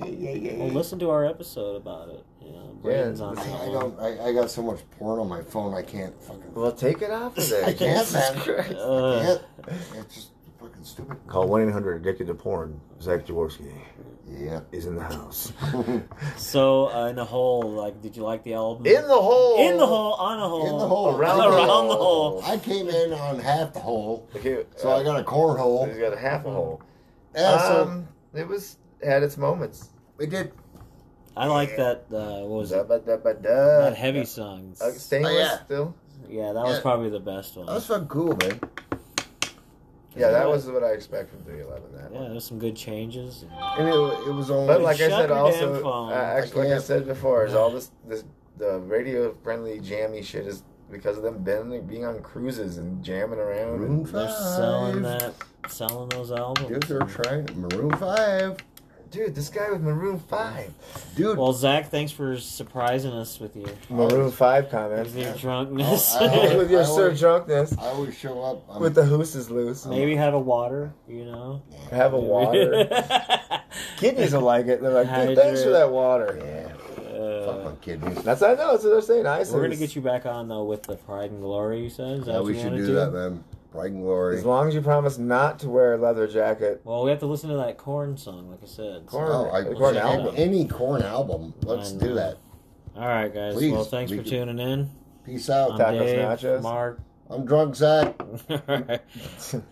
[SPEAKER 1] Well, listen to our episode about it. You know, Braden's on that
[SPEAKER 3] I
[SPEAKER 1] one.
[SPEAKER 3] don't. I, I got so much porn on my phone. I can't fucking.
[SPEAKER 2] Well, take it off of there.
[SPEAKER 3] I can't,
[SPEAKER 2] Jesus
[SPEAKER 3] man.
[SPEAKER 2] Christ.
[SPEAKER 3] I
[SPEAKER 1] Ugh.
[SPEAKER 3] can't. It's just fucking stupid.
[SPEAKER 2] Call 1 800 Addicted to Porn. Zach Jaworski
[SPEAKER 3] Yeah.
[SPEAKER 2] is in the house.
[SPEAKER 1] So uh, in the hole, like, did you like the album?
[SPEAKER 2] In the hole!
[SPEAKER 1] in the hole, on a hole,
[SPEAKER 3] In the hole.
[SPEAKER 2] Around
[SPEAKER 1] around
[SPEAKER 2] the
[SPEAKER 1] the hole.
[SPEAKER 3] I came in on half the hole,
[SPEAKER 2] Okay,
[SPEAKER 3] so I got a cornhole.
[SPEAKER 2] He's got a half a hole.
[SPEAKER 3] Yeah, so
[SPEAKER 2] um, it was had its moments.
[SPEAKER 3] we did.
[SPEAKER 1] I like that. Uh, what was
[SPEAKER 2] Da,
[SPEAKER 1] it?
[SPEAKER 2] ba, da, ba, da.
[SPEAKER 1] That heavy song.
[SPEAKER 2] Uh, stainless
[SPEAKER 3] Oh, yeah.
[SPEAKER 2] still.
[SPEAKER 1] Yeah, that was
[SPEAKER 3] Yeah.
[SPEAKER 1] probably the best one.
[SPEAKER 3] That was fucking cool, man.
[SPEAKER 2] Yeah, that
[SPEAKER 1] Yeah.
[SPEAKER 2] was what I expect from 311. That
[SPEAKER 1] Yeah,
[SPEAKER 2] one.
[SPEAKER 1] there's some good changes.
[SPEAKER 3] And it, it was only.
[SPEAKER 2] But like I
[SPEAKER 1] Shut
[SPEAKER 2] said,
[SPEAKER 1] your damn
[SPEAKER 2] also
[SPEAKER 1] phone.
[SPEAKER 2] uh, actually, like I
[SPEAKER 3] can't.
[SPEAKER 2] said before, is all this this the radio friendly jammy shit is because of them been being on cruises and jamming around.
[SPEAKER 3] Maroon
[SPEAKER 2] And,
[SPEAKER 1] They're
[SPEAKER 3] Five.
[SPEAKER 1] selling that, selling those albums.
[SPEAKER 3] Dudes are trying Maroon Five.
[SPEAKER 2] dude, this guy with Maroon Five.
[SPEAKER 3] Dude,
[SPEAKER 1] Well, Zach, thanks for surprising us with your
[SPEAKER 2] Maroon Five
[SPEAKER 1] with
[SPEAKER 2] comments.
[SPEAKER 1] your drunkenness.
[SPEAKER 3] Oh, I-
[SPEAKER 2] with your
[SPEAKER 3] I
[SPEAKER 2] sir
[SPEAKER 3] always-
[SPEAKER 2] drunkness.
[SPEAKER 3] I always show up. I'm,
[SPEAKER 2] With the hoose is loose.
[SPEAKER 1] Maybe have a water, you know.
[SPEAKER 2] Have a water. Kidneys will like it. They're like, dude, thanks for
[SPEAKER 1] Hydrate.
[SPEAKER 2] that water.
[SPEAKER 3] yeah, fuck
[SPEAKER 1] Uh,
[SPEAKER 3] my kidneys.
[SPEAKER 2] That's I know. That's what they're saying. I
[SPEAKER 1] we're gonna get you back on though with the Pride and Glory. You said Is that
[SPEAKER 3] Yeah,
[SPEAKER 1] what
[SPEAKER 3] we
[SPEAKER 1] you
[SPEAKER 3] should
[SPEAKER 1] wanna
[SPEAKER 3] do,
[SPEAKER 1] do
[SPEAKER 3] that, man. Pride and glory.
[SPEAKER 2] As long as you promise not to wear a leather jacket.
[SPEAKER 1] Well, we have to listen to that corn song, like I said. So-
[SPEAKER 2] Corn.
[SPEAKER 3] Oh, I,
[SPEAKER 2] The corn
[SPEAKER 3] yeah,
[SPEAKER 2] album.
[SPEAKER 3] Any corn album. Let's
[SPEAKER 1] I
[SPEAKER 3] do
[SPEAKER 1] know.
[SPEAKER 3] that.
[SPEAKER 1] All right, guys.
[SPEAKER 3] Please,
[SPEAKER 1] well, thanks
[SPEAKER 3] we
[SPEAKER 1] for
[SPEAKER 3] could-
[SPEAKER 1] tuning in.
[SPEAKER 3] Peace out.
[SPEAKER 1] I'm
[SPEAKER 2] Tacos,
[SPEAKER 1] Dave,
[SPEAKER 2] nachos.
[SPEAKER 1] Mark.
[SPEAKER 3] I'm drunk, Zach.
[SPEAKER 1] All right.